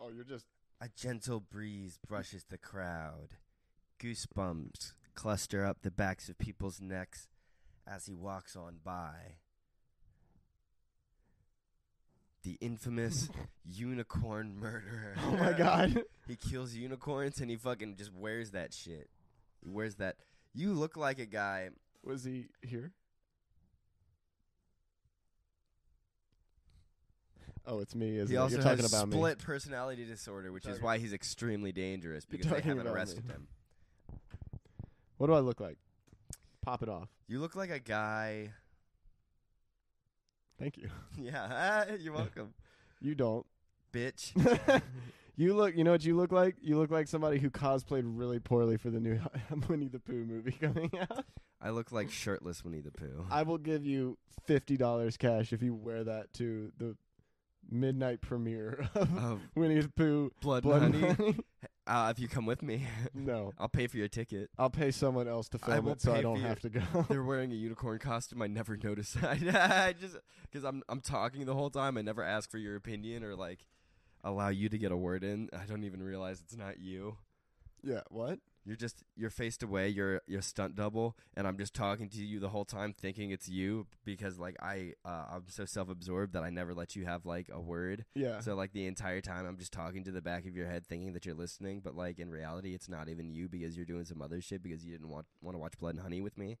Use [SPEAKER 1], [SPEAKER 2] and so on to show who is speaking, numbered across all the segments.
[SPEAKER 1] Oh, you're just
[SPEAKER 2] A gentle breeze brushes the crowd. Goosebumps cluster up the backs of people's necks as he walks on by. The infamous unicorn murderer.
[SPEAKER 1] Oh my god.
[SPEAKER 2] He kills unicorns and he fucking just wears that shit. He wears that. You look like a guy.
[SPEAKER 1] Was he here? Oh, it's me. Isn't
[SPEAKER 2] He
[SPEAKER 1] it?
[SPEAKER 2] also
[SPEAKER 1] You're talking
[SPEAKER 2] has
[SPEAKER 1] about
[SPEAKER 2] split personality disorder, which is
[SPEAKER 1] Talking-
[SPEAKER 2] why he's extremely dangerous because they
[SPEAKER 1] talking
[SPEAKER 2] haven't
[SPEAKER 1] about me.
[SPEAKER 2] arrested him.
[SPEAKER 1] me. What do I look like? Pop it off.
[SPEAKER 2] You look like a guy.
[SPEAKER 1] Thank you.
[SPEAKER 2] Yeah, you're welcome,
[SPEAKER 1] You don't.
[SPEAKER 2] bitch.
[SPEAKER 1] you look. You know what you look like? You look like somebody who cosplayed really poorly for the new Winnie the Pooh movie coming out.
[SPEAKER 2] I look like shirtless Winnie the Pooh.
[SPEAKER 1] I will give you fifty dollars cash if you wear that to the midnight premiere of
[SPEAKER 2] Of
[SPEAKER 1] Winnie the Pooh.
[SPEAKER 2] Uh, blood,
[SPEAKER 1] Blood
[SPEAKER 2] money.
[SPEAKER 1] Money.
[SPEAKER 2] Uh, if you come with me,
[SPEAKER 1] no,
[SPEAKER 2] I'll pay for your ticket.
[SPEAKER 1] I'll pay someone else to film
[SPEAKER 2] will
[SPEAKER 1] it so
[SPEAKER 2] pay
[SPEAKER 1] I
[SPEAKER 2] for
[SPEAKER 1] don't
[SPEAKER 2] you.
[SPEAKER 1] have to go.
[SPEAKER 2] They're wearing a unicorn costume. I never noticed. I, I just because I'm I'm talking the whole time. I never ask for your opinion or like allow you to get a word in. I don't even realize it's not you.
[SPEAKER 1] yeah, what?
[SPEAKER 2] You're just you're faced away. You're you're stunt double, and I'm just talking to you the whole time, thinking it's you because like I uh, I'm so self absorbed that I never let you have like a word.
[SPEAKER 1] Yeah.
[SPEAKER 2] So like the entire time I'm just talking to the back of your head thinking that you're listening, but like in reality it's not even you because you're doing some other shit because you didn't want want to watch Blood and Honey with me.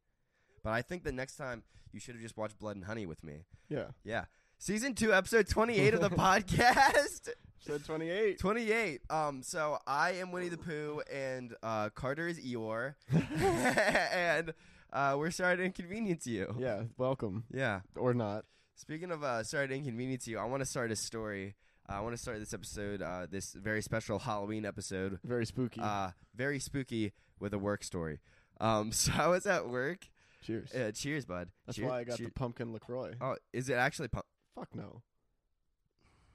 [SPEAKER 2] But I think the next time you should have just watched Blood and Honey with me.
[SPEAKER 1] yeah.
[SPEAKER 2] Yeah. Season 2 episode 28 of the podcast.
[SPEAKER 1] Said twenty eight.
[SPEAKER 2] 28. Um so I am Winnie the Pooh and uh Carter is Eeyore. and uh we're sorry to inconvenience you.
[SPEAKER 1] Yeah. Welcome
[SPEAKER 2] Yeah.
[SPEAKER 1] or not?
[SPEAKER 2] Speaking of uh, sorry to inconvenience you, I want to start a story. Uh, I want to start this episode, uh, this very special Halloween episode,
[SPEAKER 1] Very spooky.
[SPEAKER 2] uh, very spooky with a work story. Um, so I was at work.
[SPEAKER 1] Cheers.
[SPEAKER 2] Uh, cheers, bud.
[SPEAKER 1] That's
[SPEAKER 2] Cheer-
[SPEAKER 1] why I got
[SPEAKER 2] cheer-
[SPEAKER 1] the pumpkin Lacroix.
[SPEAKER 2] Oh, is it actually? Pump-
[SPEAKER 1] Fuck no.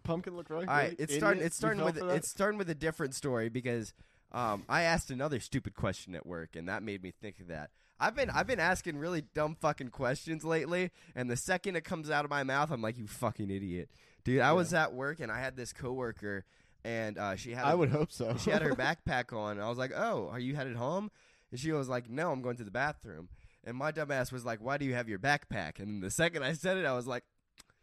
[SPEAKER 1] Pumpkin Lacroix.
[SPEAKER 2] All right,
[SPEAKER 1] Really?
[SPEAKER 2] it's starting.
[SPEAKER 1] Idiot?
[SPEAKER 2] It's
[SPEAKER 1] You
[SPEAKER 2] starting
[SPEAKER 1] fell
[SPEAKER 2] with
[SPEAKER 1] for that?
[SPEAKER 2] it's starting with a different story because um, I asked another stupid question at work, and that made me think of that. I've been I've been asking really dumb fucking questions lately, and the second it comes out of my mouth, I'm like, you fucking idiot, dude. I was at work and I had this coworker, and uh, she had
[SPEAKER 1] I
[SPEAKER 2] a-
[SPEAKER 1] would hope so.
[SPEAKER 2] she had her backpack on. And I was like, "Oh, are you headed home?" And she was like, "No, I'm going to the bathroom." And my dumbass was like, "Why do you have your backpack?" And the second I said it, I was like,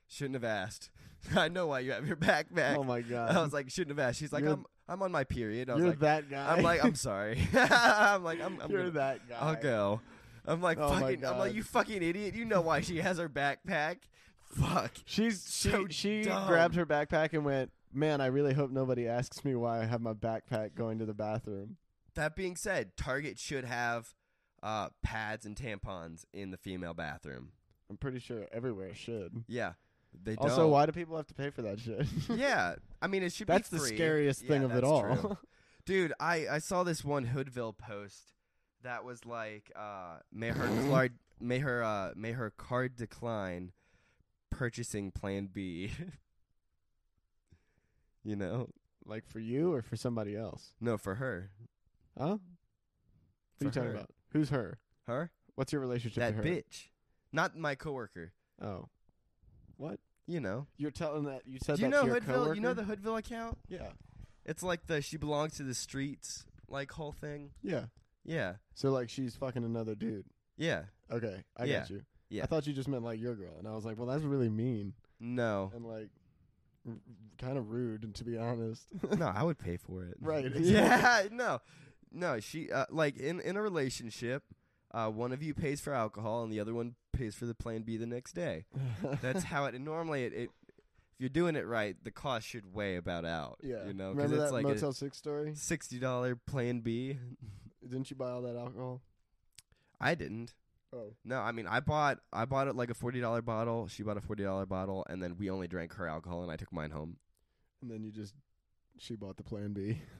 [SPEAKER 2] "Shouldn't have asked. I know why you have your backpack."
[SPEAKER 1] Oh my God.
[SPEAKER 2] I was like, "Shouldn't have asked." She's like,
[SPEAKER 1] You're-
[SPEAKER 2] "I'm I'm on my period." I was
[SPEAKER 1] You're
[SPEAKER 2] like,
[SPEAKER 1] that guy.
[SPEAKER 2] I'm like, "I'm sorry." I'm like, "I'm, I'm
[SPEAKER 1] You're
[SPEAKER 2] gonna-
[SPEAKER 1] that guy.
[SPEAKER 2] I'll go." I'm like,
[SPEAKER 1] Oh my
[SPEAKER 2] "Fucking," I'm like,
[SPEAKER 1] God.
[SPEAKER 2] "You fucking idiot! You know why she has her backpack? Fuck."
[SPEAKER 1] She's she
[SPEAKER 2] So
[SPEAKER 1] she
[SPEAKER 2] dumb.
[SPEAKER 1] grabbed her backpack and went. Man, I really hope nobody asks me why I have my backpack going to the bathroom.
[SPEAKER 2] That being said, Target should have uh, pads and tampons in the female bathroom.
[SPEAKER 1] I'm pretty sure everywhere should.
[SPEAKER 2] Yeah, they
[SPEAKER 1] Also,
[SPEAKER 2] don't.
[SPEAKER 1] why do people have to pay for that shit?
[SPEAKER 2] Yeah, I mean it should.
[SPEAKER 1] That's
[SPEAKER 2] be
[SPEAKER 1] the
[SPEAKER 2] free.
[SPEAKER 1] scariest
[SPEAKER 2] Yeah,
[SPEAKER 1] thing of it
[SPEAKER 2] that's
[SPEAKER 1] all.
[SPEAKER 2] true. dude. I I saw this one Hoodville post that was like, uh, may her card may her uh, may her card decline purchasing Plan B. you know,
[SPEAKER 1] like for you or for somebody else?
[SPEAKER 2] no, for her,
[SPEAKER 1] Huh? What are
[SPEAKER 2] For
[SPEAKER 1] you talking
[SPEAKER 2] her.
[SPEAKER 1] about? Who's her?
[SPEAKER 2] her
[SPEAKER 1] What's your relationship
[SPEAKER 2] that
[SPEAKER 1] to her?
[SPEAKER 2] bitch, not my coworker.
[SPEAKER 1] Oh. What?
[SPEAKER 2] You know,
[SPEAKER 1] You're telling that you said
[SPEAKER 2] do you
[SPEAKER 1] that
[SPEAKER 2] know
[SPEAKER 1] to your
[SPEAKER 2] Hoodville?
[SPEAKER 1] coworker?
[SPEAKER 2] You know the Hoodville account?
[SPEAKER 1] Yeah.
[SPEAKER 2] It's like the she belongs to the streets like whole thing.
[SPEAKER 1] Yeah.
[SPEAKER 2] Yeah.
[SPEAKER 1] So like she's fucking another dude.
[SPEAKER 2] Yeah.
[SPEAKER 1] Okay, I
[SPEAKER 2] Yeah.
[SPEAKER 1] got you.
[SPEAKER 2] Yeah.
[SPEAKER 1] I thought you just meant like your girl, and I was like, well, that's really mean
[SPEAKER 2] No.
[SPEAKER 1] and like r- r- kind of rude, and to be honest,
[SPEAKER 2] no, I would pay for it.
[SPEAKER 1] Right, exactly.
[SPEAKER 2] Yeah. No. No, she uh, like in in a relationship, uh, one of you pays for alcohol and the other one pays for the plan B the next day. That's how it normally it, it if you're doing it right, the cost should weigh about out.
[SPEAKER 1] yeah.
[SPEAKER 2] You know,
[SPEAKER 1] remember
[SPEAKER 2] it's
[SPEAKER 1] that
[SPEAKER 2] like
[SPEAKER 1] Motel Six story?
[SPEAKER 2] a sixty dollar plan B.
[SPEAKER 1] Didn't you buy all that alcohol?
[SPEAKER 2] I didn't.
[SPEAKER 1] Oh,
[SPEAKER 2] No, I mean I bought I bought it like a forty dollar bottle. She bought a forty dollar bottle, and then we only drank her alcohol, and I took mine home.
[SPEAKER 1] and then you just she bought the Plan B.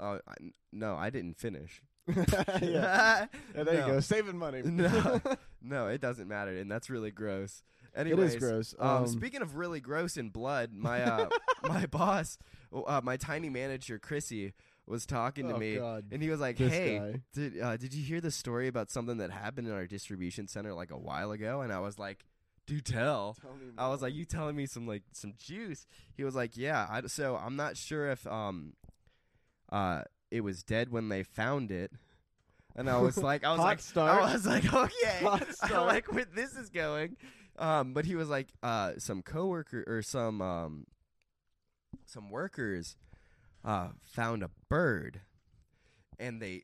[SPEAKER 2] Oh I, no, I didn't finish.
[SPEAKER 1] yeah. Yeah, there
[SPEAKER 2] No.
[SPEAKER 1] you go, saving money.
[SPEAKER 2] no, no, it doesn't matter, and that's really gross. Anyways,
[SPEAKER 1] gross.
[SPEAKER 2] Um,
[SPEAKER 1] Um,
[SPEAKER 2] speaking of really gross and blood, my uh, my boss, uh, my tiny manager Chrissy, was talking to
[SPEAKER 1] Oh,
[SPEAKER 2] me,
[SPEAKER 1] God.
[SPEAKER 2] and he was like,
[SPEAKER 1] This
[SPEAKER 2] "Hey,
[SPEAKER 1] guy.
[SPEAKER 2] did uh, did you hear the story about something that happened in our distribution center like a while ago?" And I was like, Do tell.
[SPEAKER 1] Tell me
[SPEAKER 2] I was
[SPEAKER 1] more.
[SPEAKER 2] like, "You telling me some like some juice?" He was like, "Yeah." I, so I'm not sure if um, uh, it was dead when they found it, and I was like, I was
[SPEAKER 1] Hot
[SPEAKER 2] like,
[SPEAKER 1] start.
[SPEAKER 2] I was like, okay,
[SPEAKER 1] Hot
[SPEAKER 2] I
[SPEAKER 1] start.
[SPEAKER 2] like where this is going. Um, but he was like, uh, some coworker or some um, some workers, uh, found a bird, and they,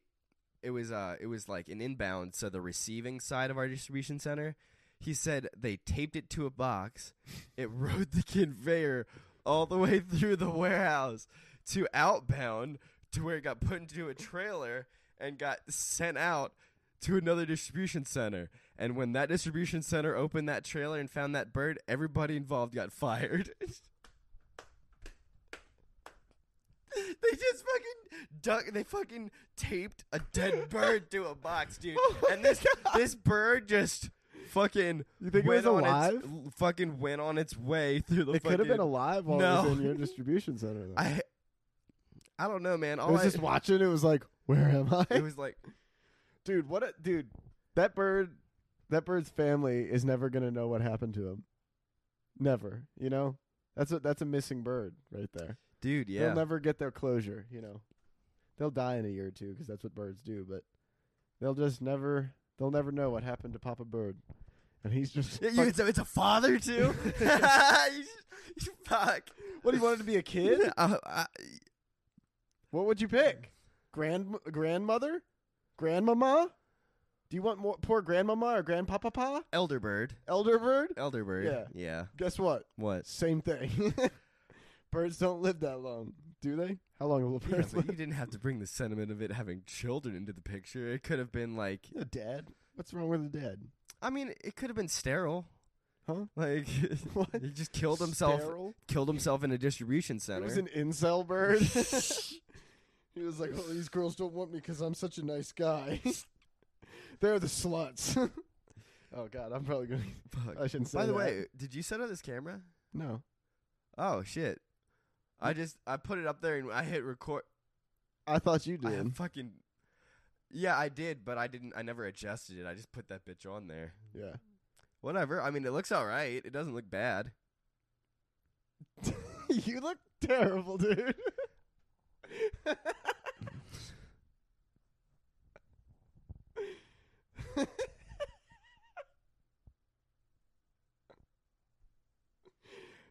[SPEAKER 2] it was uh, it was like an inbound, so the receiving side of our distribution center. He said they taped it to a box. It rode the conveyor all the way through the warehouse to outbound to where it got put into a trailer and got sent out to another distribution center. And when that distribution center opened that trailer and found that bird, everybody involved got fired. They just fucking duck. They fucking taped a dead bird to a box, dude. and this this bird just fucking
[SPEAKER 1] You think it
[SPEAKER 2] went
[SPEAKER 1] was
[SPEAKER 2] on
[SPEAKER 1] alive?
[SPEAKER 2] Its, l- fucking went on its way through the.
[SPEAKER 1] It could have been
[SPEAKER 2] fucking-
[SPEAKER 1] alive while it
[SPEAKER 2] No.
[SPEAKER 1] was in your distribution center. Though.
[SPEAKER 2] I I don't know, man.
[SPEAKER 1] I
[SPEAKER 2] All
[SPEAKER 1] was
[SPEAKER 2] I,
[SPEAKER 1] just watching. It was like, where am I?
[SPEAKER 2] it was like
[SPEAKER 1] dude, what a dude. That bird, that bird's family is never gonna know what happened to him. Never, you know. That's a that's a missing bird right there.
[SPEAKER 2] Dude, yeah.
[SPEAKER 1] They'll never get their closure, you know. They'll die in a year or two because that's what birds do, but they'll just never they'll never know what happened to Papa Bird. And he's just
[SPEAKER 2] Yeah, you-
[SPEAKER 1] fuck-
[SPEAKER 2] it's, a, it's a father too. You- you fuck.
[SPEAKER 1] What he wanted to be a kid?
[SPEAKER 2] Uh, I-
[SPEAKER 1] what would you pick? Grand grandmother? Grandmama? Do you want more poor grandmama or grandpapa?
[SPEAKER 2] elder bird.
[SPEAKER 1] Elder bird?
[SPEAKER 2] Elder bird.
[SPEAKER 1] Yeah.
[SPEAKER 2] Yeah.
[SPEAKER 1] Guess what?
[SPEAKER 2] What?
[SPEAKER 1] Same thing. birds don't live that long, do they? How long will
[SPEAKER 2] Yeah,
[SPEAKER 1] birds
[SPEAKER 2] but you
[SPEAKER 1] live?
[SPEAKER 2] didn't have to bring the sentiment of it having children into the picture. It could have been like,
[SPEAKER 1] A dad? What's wrong with a dad?
[SPEAKER 2] I mean, it could have been sterile.
[SPEAKER 1] Huh?
[SPEAKER 2] Like
[SPEAKER 1] What?
[SPEAKER 2] he just killed himself.
[SPEAKER 1] Sterile?
[SPEAKER 2] Killed himself in a distribution center.
[SPEAKER 1] It was an incel bird. he was like, "Oh, these girls don't want me because I'm such a nice guy. They're the sluts." oh God, I'm probably going. to
[SPEAKER 2] Fuck.
[SPEAKER 1] I shouldn't say.
[SPEAKER 2] By the
[SPEAKER 1] that.
[SPEAKER 2] way, did you set up this camera?
[SPEAKER 1] no.
[SPEAKER 2] Oh shit! I just I put it up there and I hit record.
[SPEAKER 1] I thought you
[SPEAKER 2] I
[SPEAKER 1] did.
[SPEAKER 2] fucking yeah, I did, but I didn't. I never adjusted it. I just put that bitch on there.
[SPEAKER 1] Yeah.
[SPEAKER 2] Whatever. I mean, it looks all right. It doesn't look bad.
[SPEAKER 1] you look terrible, dude.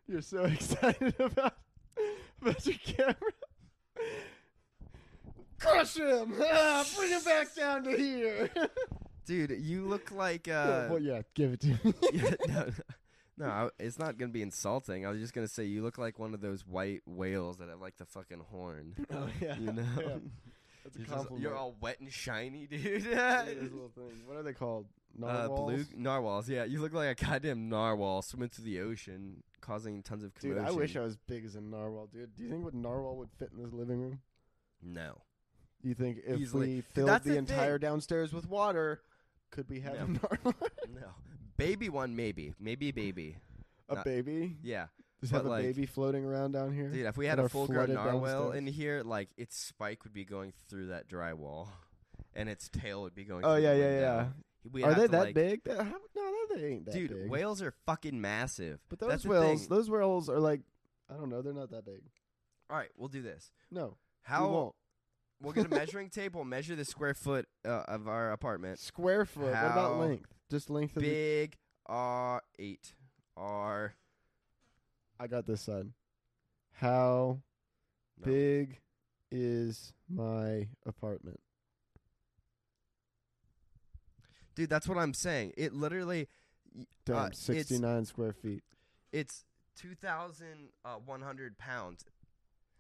[SPEAKER 1] You're so excited about about your camera. Crush him! Ah, bring him back down to here.
[SPEAKER 2] Dude, you look like uh.
[SPEAKER 1] well, yeah, give it to me.
[SPEAKER 2] yeah, no, no, I- it's not gonna be insulting. I was just gonna say you look like one of those white whales that have like the fucking horn.
[SPEAKER 1] oh yeah,
[SPEAKER 2] You know,
[SPEAKER 1] Yeah, that's a
[SPEAKER 2] you're, just-
[SPEAKER 1] compliment.
[SPEAKER 2] you're all wet and shiny, dude.
[SPEAKER 1] Yeah, those little things. What are they called?
[SPEAKER 2] Uh,
[SPEAKER 1] Narwhals?
[SPEAKER 2] blue narwhals. Yeah, you look like a goddamn narwhal swimming through the ocean, causing tons of
[SPEAKER 1] Dude,
[SPEAKER 2] commotion.
[SPEAKER 1] I wish I was big as a narwhal, dude. Do you think what narwhal would fit in this living room?
[SPEAKER 2] No.
[SPEAKER 1] You think if
[SPEAKER 2] Easily.
[SPEAKER 1] we
[SPEAKER 2] See,
[SPEAKER 1] filled
[SPEAKER 2] that's
[SPEAKER 1] the,
[SPEAKER 2] the
[SPEAKER 1] entire downstairs with water, could we have a
[SPEAKER 2] No.
[SPEAKER 1] narwhal?
[SPEAKER 2] No. Baby one, maybe. Maybe baby.
[SPEAKER 1] a
[SPEAKER 2] Not-
[SPEAKER 1] baby?
[SPEAKER 2] Yeah.
[SPEAKER 1] Just
[SPEAKER 2] but
[SPEAKER 1] have a
[SPEAKER 2] like-
[SPEAKER 1] baby floating around down here?
[SPEAKER 2] Dude, if we
[SPEAKER 1] that
[SPEAKER 2] had a
[SPEAKER 1] are
[SPEAKER 2] full grown
[SPEAKER 1] flooded
[SPEAKER 2] narwhal
[SPEAKER 1] downstairs.
[SPEAKER 2] in here, like its spike would be going through that drywall, and its tail would be going.
[SPEAKER 1] Oh,
[SPEAKER 2] through
[SPEAKER 1] yeah,
[SPEAKER 2] the
[SPEAKER 1] yeah,
[SPEAKER 2] window. We'd
[SPEAKER 1] are
[SPEAKER 2] uh, have
[SPEAKER 1] they
[SPEAKER 2] to,
[SPEAKER 1] that
[SPEAKER 2] like-
[SPEAKER 1] big? That- how- no, they ain't that
[SPEAKER 2] Dude,
[SPEAKER 1] big.
[SPEAKER 2] whales are fucking massive.
[SPEAKER 1] But
[SPEAKER 2] that's
[SPEAKER 1] those
[SPEAKER 2] the
[SPEAKER 1] whales,
[SPEAKER 2] thing.
[SPEAKER 1] those whales are like, I don't know, they're not that big.
[SPEAKER 2] All right, we'll do this.
[SPEAKER 1] No, we
[SPEAKER 2] How
[SPEAKER 1] won't.
[SPEAKER 2] we will get a measuring tape. We'll measure the square foot uh, of our apartment.
[SPEAKER 1] Square foot. What
[SPEAKER 2] How
[SPEAKER 1] about length? Just length of the.
[SPEAKER 2] Big R eight R.
[SPEAKER 1] I got this side. How
[SPEAKER 2] no.
[SPEAKER 1] big is my apartment?
[SPEAKER 2] Dude, that's what I'm saying. It literally, y-
[SPEAKER 1] Damn,
[SPEAKER 2] uh, it's
[SPEAKER 1] 69 square feet.
[SPEAKER 2] it's two thousand uh, one hundred pounds.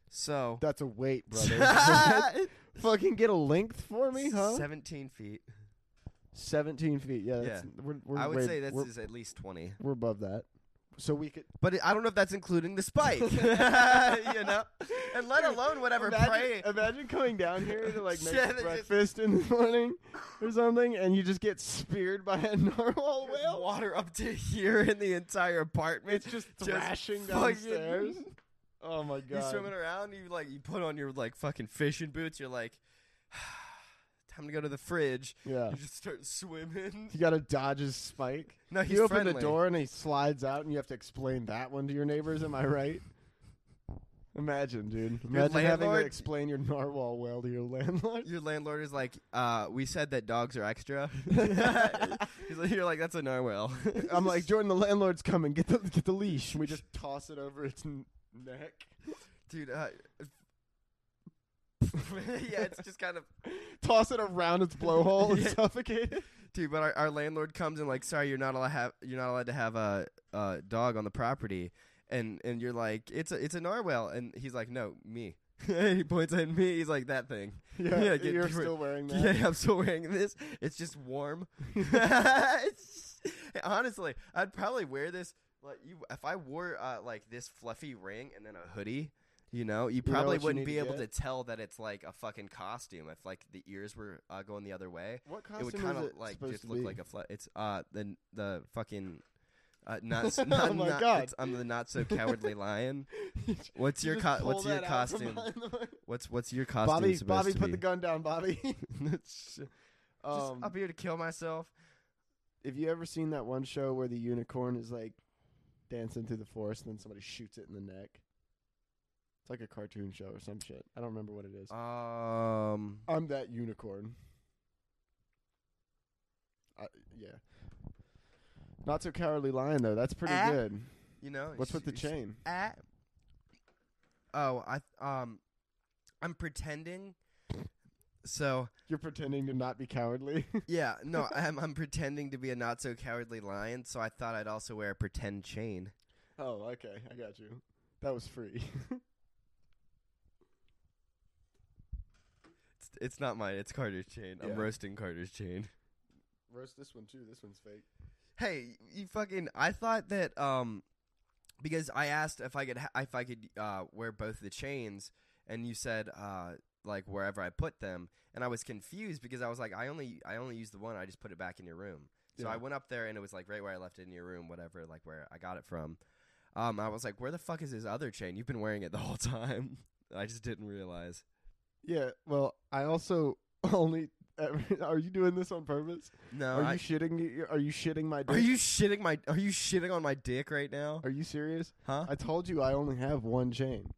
[SPEAKER 2] So.
[SPEAKER 1] That's a weight, brother. Fucking get a length for me, huh?
[SPEAKER 2] 17 feet.
[SPEAKER 1] 17 feet. Yeah, that's, We're, we're
[SPEAKER 2] I would
[SPEAKER 1] way-
[SPEAKER 2] say this
[SPEAKER 1] we're,
[SPEAKER 2] is at least 20.
[SPEAKER 1] we're above that. So we could.
[SPEAKER 2] But it, I don't know if that's including the spike. you know? And let
[SPEAKER 1] Dude,
[SPEAKER 2] alone whatever
[SPEAKER 1] imagine,
[SPEAKER 2] prey.
[SPEAKER 1] Imagine coming down here to like make
[SPEAKER 2] Yeah, they just-
[SPEAKER 1] breakfast in the morning or something, and you just get speared by a narwhal whale.
[SPEAKER 2] Water up to here in the entire apartment.
[SPEAKER 1] It's just
[SPEAKER 2] Just
[SPEAKER 1] thrashing
[SPEAKER 2] fucking-
[SPEAKER 1] downstairs. Oh my
[SPEAKER 2] You
[SPEAKER 1] god!
[SPEAKER 2] swimming around, you like you put on your like fucking fishing boots, you're like time to go to the fridge.
[SPEAKER 1] Yeah.
[SPEAKER 2] You just start swimming.
[SPEAKER 1] You gotta dodge his spike.
[SPEAKER 2] No, he's
[SPEAKER 1] you open
[SPEAKER 2] friendly.
[SPEAKER 1] the door and he slides out, and you have to explain that one to your neighbors. Am I right? Imagine, dude. Imagine having to
[SPEAKER 2] landlord-
[SPEAKER 1] explain your narwhal well to your landlord.
[SPEAKER 2] Your landlord is like, uh, we said that dogs are extra. He's like, you're like, that's a narwhal.
[SPEAKER 1] I'm like, Jordan, the landlord's coming. Get the get the leash. And we just toss it over its n- neck.
[SPEAKER 2] dude. Uh, yeah, it's just kind of,
[SPEAKER 1] Toss it around its blowhole and
[SPEAKER 2] Yeah.
[SPEAKER 1] suffocate it.
[SPEAKER 2] dude. But our, our landlord comes and like, sorry, you're not allowed have you're not allowed to have a, a dog on the property, and and you're like, it's a it's a narwhal, and he's like, no, me. he points at me. He's like that thing.
[SPEAKER 1] Yeah,
[SPEAKER 2] Yeah, get-
[SPEAKER 1] you're
[SPEAKER 2] get rid-
[SPEAKER 1] still wearing that.
[SPEAKER 2] Yeah, I'm still wearing this. It's just warm. It's- Honestly, I'd probably wear this. Like you, if I wore uh, like this fluffy ring and then a hoodie, you know, you
[SPEAKER 1] know
[SPEAKER 2] probably
[SPEAKER 1] what you
[SPEAKER 2] wouldn't
[SPEAKER 1] need
[SPEAKER 2] be
[SPEAKER 1] to
[SPEAKER 2] able
[SPEAKER 1] get?
[SPEAKER 2] to tell that it's like a fucking costume. If like the ears were uh, going the other way,
[SPEAKER 1] What
[SPEAKER 2] it would
[SPEAKER 1] costume
[SPEAKER 2] kind
[SPEAKER 1] is
[SPEAKER 2] of
[SPEAKER 1] it
[SPEAKER 2] like
[SPEAKER 1] supposed
[SPEAKER 2] just
[SPEAKER 1] to
[SPEAKER 2] look
[SPEAKER 1] be?
[SPEAKER 2] like a fl- it's uh the the fucking uh, not,
[SPEAKER 1] Oh
[SPEAKER 2] not
[SPEAKER 1] my
[SPEAKER 2] not-
[SPEAKER 1] God.
[SPEAKER 2] it's- I'm the not so cowardly lion. What's
[SPEAKER 1] You
[SPEAKER 2] your
[SPEAKER 1] just
[SPEAKER 2] co-
[SPEAKER 1] pull
[SPEAKER 2] what's your
[SPEAKER 1] that out from
[SPEAKER 2] costume?
[SPEAKER 1] behind the-
[SPEAKER 2] What's what's your costume
[SPEAKER 1] Bobby,
[SPEAKER 2] supposed
[SPEAKER 1] Bobby,
[SPEAKER 2] to
[SPEAKER 1] put
[SPEAKER 2] be?
[SPEAKER 1] the gun down, Bobby.
[SPEAKER 2] Just
[SPEAKER 1] Um,
[SPEAKER 2] up here to kill myself.
[SPEAKER 1] Have you ever seen that one show where the unicorn is like dancing through the forest and then somebody shoots it in the neck? It's like a cartoon show or some shit. I don't remember what it is.
[SPEAKER 2] Um,
[SPEAKER 1] I'm that unicorn. I, yeah. Not so cowardly lion though. That's pretty
[SPEAKER 2] Ah.
[SPEAKER 1] good.
[SPEAKER 2] you know,
[SPEAKER 1] What's with the
[SPEAKER 2] sh- sh-
[SPEAKER 1] chain?
[SPEAKER 2] ah. Oh, I um, I'm pretending. So
[SPEAKER 1] You're pretending to not be cowardly.
[SPEAKER 2] yeah, no, I'm I'm pretending to be a not so cowardly lion. So I thought I'd also wear a pretend chain.
[SPEAKER 1] oh, okay. I got you. That was free.
[SPEAKER 2] It's, it's not mine. It's Carter's chain.
[SPEAKER 1] Yeah.
[SPEAKER 2] I'm roasting Carter's chain.
[SPEAKER 1] Roast this one too. This one's fake.
[SPEAKER 2] Hey, you fucking! I thought that um, because I asked if I could ha- if I could uh wear both the chains, and you said uh like wherever I put them, and I was confused because I was like I only I only use the one. I just put it back in your room. So
[SPEAKER 1] Yeah.
[SPEAKER 2] I went up there and it was like right where I left it in your room, whatever, like where I got it from. Um, I was like, where the fuck is this other chain? You've been wearing it the whole time. I just didn't realize.
[SPEAKER 1] Yeah. Well, I also only. Are you doing this on purpose?
[SPEAKER 2] No,
[SPEAKER 1] Are
[SPEAKER 2] I-
[SPEAKER 1] you shitting? Are you shitting my? Dick?
[SPEAKER 2] are you shitting my? Are you shitting on my dick right now?
[SPEAKER 1] Are you serious?
[SPEAKER 2] Huh?
[SPEAKER 1] I told you I only have one chain,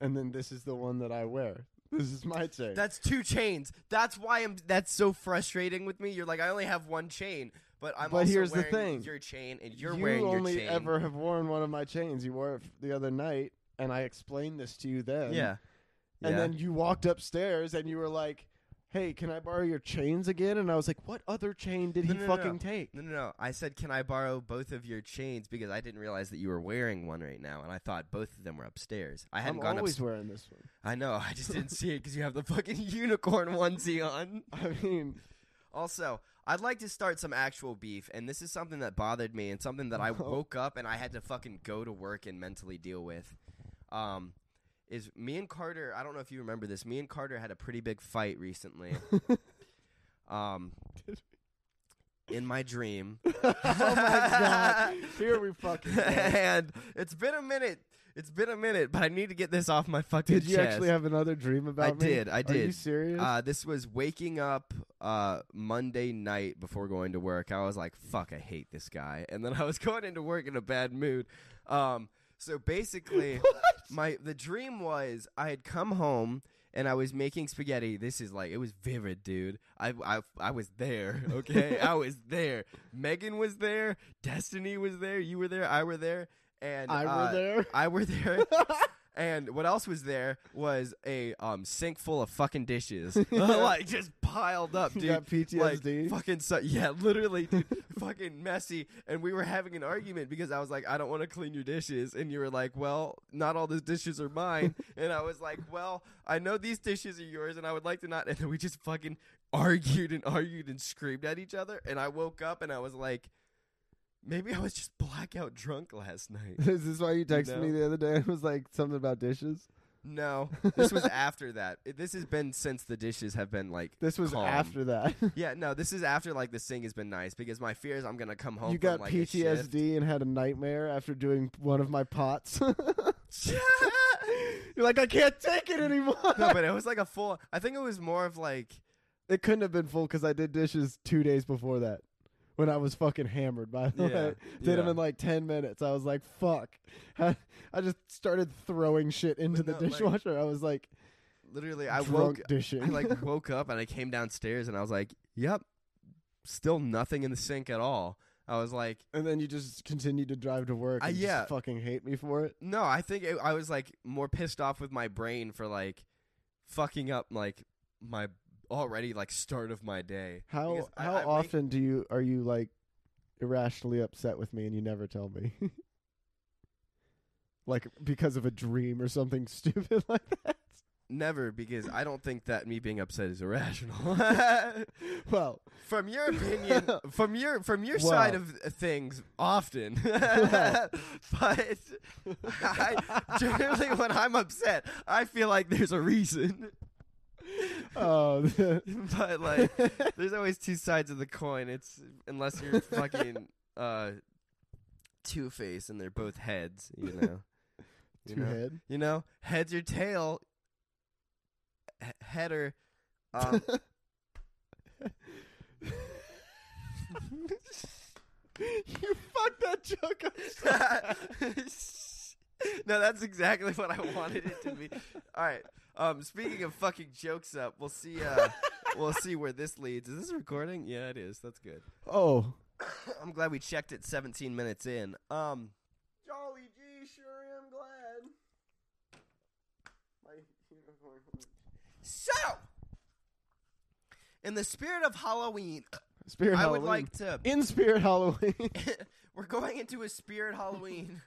[SPEAKER 1] and then this is the one that I wear. This is my chain.
[SPEAKER 2] That's two chains. That's why I'm. That's so frustrating with me. You're like, I only have one chain, but I'm.
[SPEAKER 1] But
[SPEAKER 2] also
[SPEAKER 1] here's the
[SPEAKER 2] wearing
[SPEAKER 1] thing.
[SPEAKER 2] Your chain, and you're
[SPEAKER 1] you
[SPEAKER 2] wearing
[SPEAKER 1] only
[SPEAKER 2] your chain.
[SPEAKER 1] ever have worn one of my chains. You wore it f- the other night, and I explained this to you then.
[SPEAKER 2] yeah.
[SPEAKER 1] And
[SPEAKER 2] yeah.
[SPEAKER 1] then you walked upstairs, and you were like, "Hey, can I borrow your chains again?" And I was like, "What other chain did
[SPEAKER 2] No,
[SPEAKER 1] he
[SPEAKER 2] no, no,
[SPEAKER 1] fucking take?"
[SPEAKER 2] No, no, no. I said, can I borrow both of your chains because I didn't realize that you were wearing one right now, and I thought both of them were upstairs. I hadn't
[SPEAKER 1] I'm
[SPEAKER 2] gone
[SPEAKER 1] always
[SPEAKER 2] upstairs.
[SPEAKER 1] wearing this one.
[SPEAKER 2] I know. I just didn't see it because you have the fucking unicorn onesie on.
[SPEAKER 1] I mean,
[SPEAKER 2] Also, I'd like to start some actual beef, and this is something that bothered me and something that I
[SPEAKER 1] Oh.
[SPEAKER 2] woke up and I had to fucking go to work and mentally deal with. Um, is me and Carter, I don't know if you remember this, me and Carter had a pretty big fight recently. um,
[SPEAKER 1] Did
[SPEAKER 2] in my dream.
[SPEAKER 1] oh my god! Here we fucking go.
[SPEAKER 2] and it's been a minute. It's been a minute, but I need to get this off my fucking
[SPEAKER 1] Did you
[SPEAKER 2] chest.
[SPEAKER 1] actually have another dream about me?
[SPEAKER 2] did, I
[SPEAKER 1] Are you
[SPEAKER 2] did.
[SPEAKER 1] serious?
[SPEAKER 2] Uh, this was waking up uh, Monday night before going to work. I was like, "Fuck, I hate this guy," and then I was going into work in a bad mood. Um, so basically, my the dream was I had come home and I was making spaghetti. This is like it was vivid, dude. I I, I was there. Okay, I was there. Megan was there. Destiny was there. You were there. I were there. And
[SPEAKER 1] I
[SPEAKER 2] uh,
[SPEAKER 1] were there.
[SPEAKER 2] I were there. And what else was there was a um, sink full of fucking dishes, like just piled up,
[SPEAKER 1] You
[SPEAKER 2] dude.
[SPEAKER 1] got PTSD?
[SPEAKER 2] Like, fucking so, yeah, literally, dude, fucking messy. And we were having an argument because I was like, I don't want to clean your dishes, and you were like, Well, not all those dishes are mine. and I was like, Well, I know these dishes are yours, and I would like to not. And then we just fucking argued and argued and screamed at each other. And I woke up and I was like, Maybe I was just blackout drunk last night.
[SPEAKER 1] Is this why you texted
[SPEAKER 2] know?
[SPEAKER 1] me the other day? It was like something about dishes.
[SPEAKER 2] No, this was after that. It- This has been since the dishes have been like.
[SPEAKER 1] This was
[SPEAKER 2] calm.
[SPEAKER 1] after that.
[SPEAKER 2] Yeah, no, this is after like the sing has been nice because my fear is I'm gonna come home.
[SPEAKER 1] you
[SPEAKER 2] from,
[SPEAKER 1] got
[SPEAKER 2] like, a shift.
[SPEAKER 1] PTSD and had a nightmare after doing one of my pots. You're You're like, I can't take it anymore.
[SPEAKER 2] No, but it was like a full. I think it was more of like
[SPEAKER 1] it couldn't have been full because I did dishes two days before that when I was fucking hammered. By the
[SPEAKER 2] Yeah,
[SPEAKER 1] way, did them
[SPEAKER 2] yeah.
[SPEAKER 1] in like ten minutes. I was like, fuck. I, just started throwing shit into the
[SPEAKER 2] no, like,
[SPEAKER 1] dishwasher. I was like,
[SPEAKER 2] literally. I
[SPEAKER 1] drunk
[SPEAKER 2] woke.
[SPEAKER 1] dishing.
[SPEAKER 2] I like woke up and I came downstairs and I was like, "Yep, still nothing in the sink at all." I was like,
[SPEAKER 1] and then you just continued to drive to work.
[SPEAKER 2] I-
[SPEAKER 1] And
[SPEAKER 2] yeah.
[SPEAKER 1] just fucking hate me for it.
[SPEAKER 2] "No, I think it, I was like more pissed off with my brain for like fucking up like my already like start of my day."
[SPEAKER 1] How
[SPEAKER 2] Because I-
[SPEAKER 1] how
[SPEAKER 2] I wake-
[SPEAKER 1] often do you are you like irrationally upset with me and you never tell me? like because of a dream or something stupid like that.
[SPEAKER 2] Never, because I don't think that me being upset is irrational.
[SPEAKER 1] Well,
[SPEAKER 2] from your opinion, from your from your
[SPEAKER 1] Well.
[SPEAKER 2] side of uh, things, often.
[SPEAKER 1] Well.
[SPEAKER 2] but I, generally, when I'm upset, I feel like there's a reason.
[SPEAKER 1] oh,
[SPEAKER 2] but like, there's always two sides of the coin. It's unless you're fucking uh, Two Face, and they're both heads. You know. you
[SPEAKER 1] two
[SPEAKER 2] know?
[SPEAKER 1] head.
[SPEAKER 2] You know, heads or tail. He- head or. Um,
[SPEAKER 1] you fucked that joke up.
[SPEAKER 2] no, that's exactly what I wanted it to be. All right. Um, speaking of fucking jokes up, we'll see. Uh, we'll see where this leads. Is this recording? Yeah, it is. That's good.
[SPEAKER 1] Oh,
[SPEAKER 2] I'm glad we checked it 17 minutes in. Um, Jolly G, sure am glad. My unicorn. So, in the spirit of Halloween,
[SPEAKER 1] spirit
[SPEAKER 2] I
[SPEAKER 1] Halloween.
[SPEAKER 2] would like to.
[SPEAKER 1] in spirit Halloween.
[SPEAKER 2] we're going into a spirit Halloween.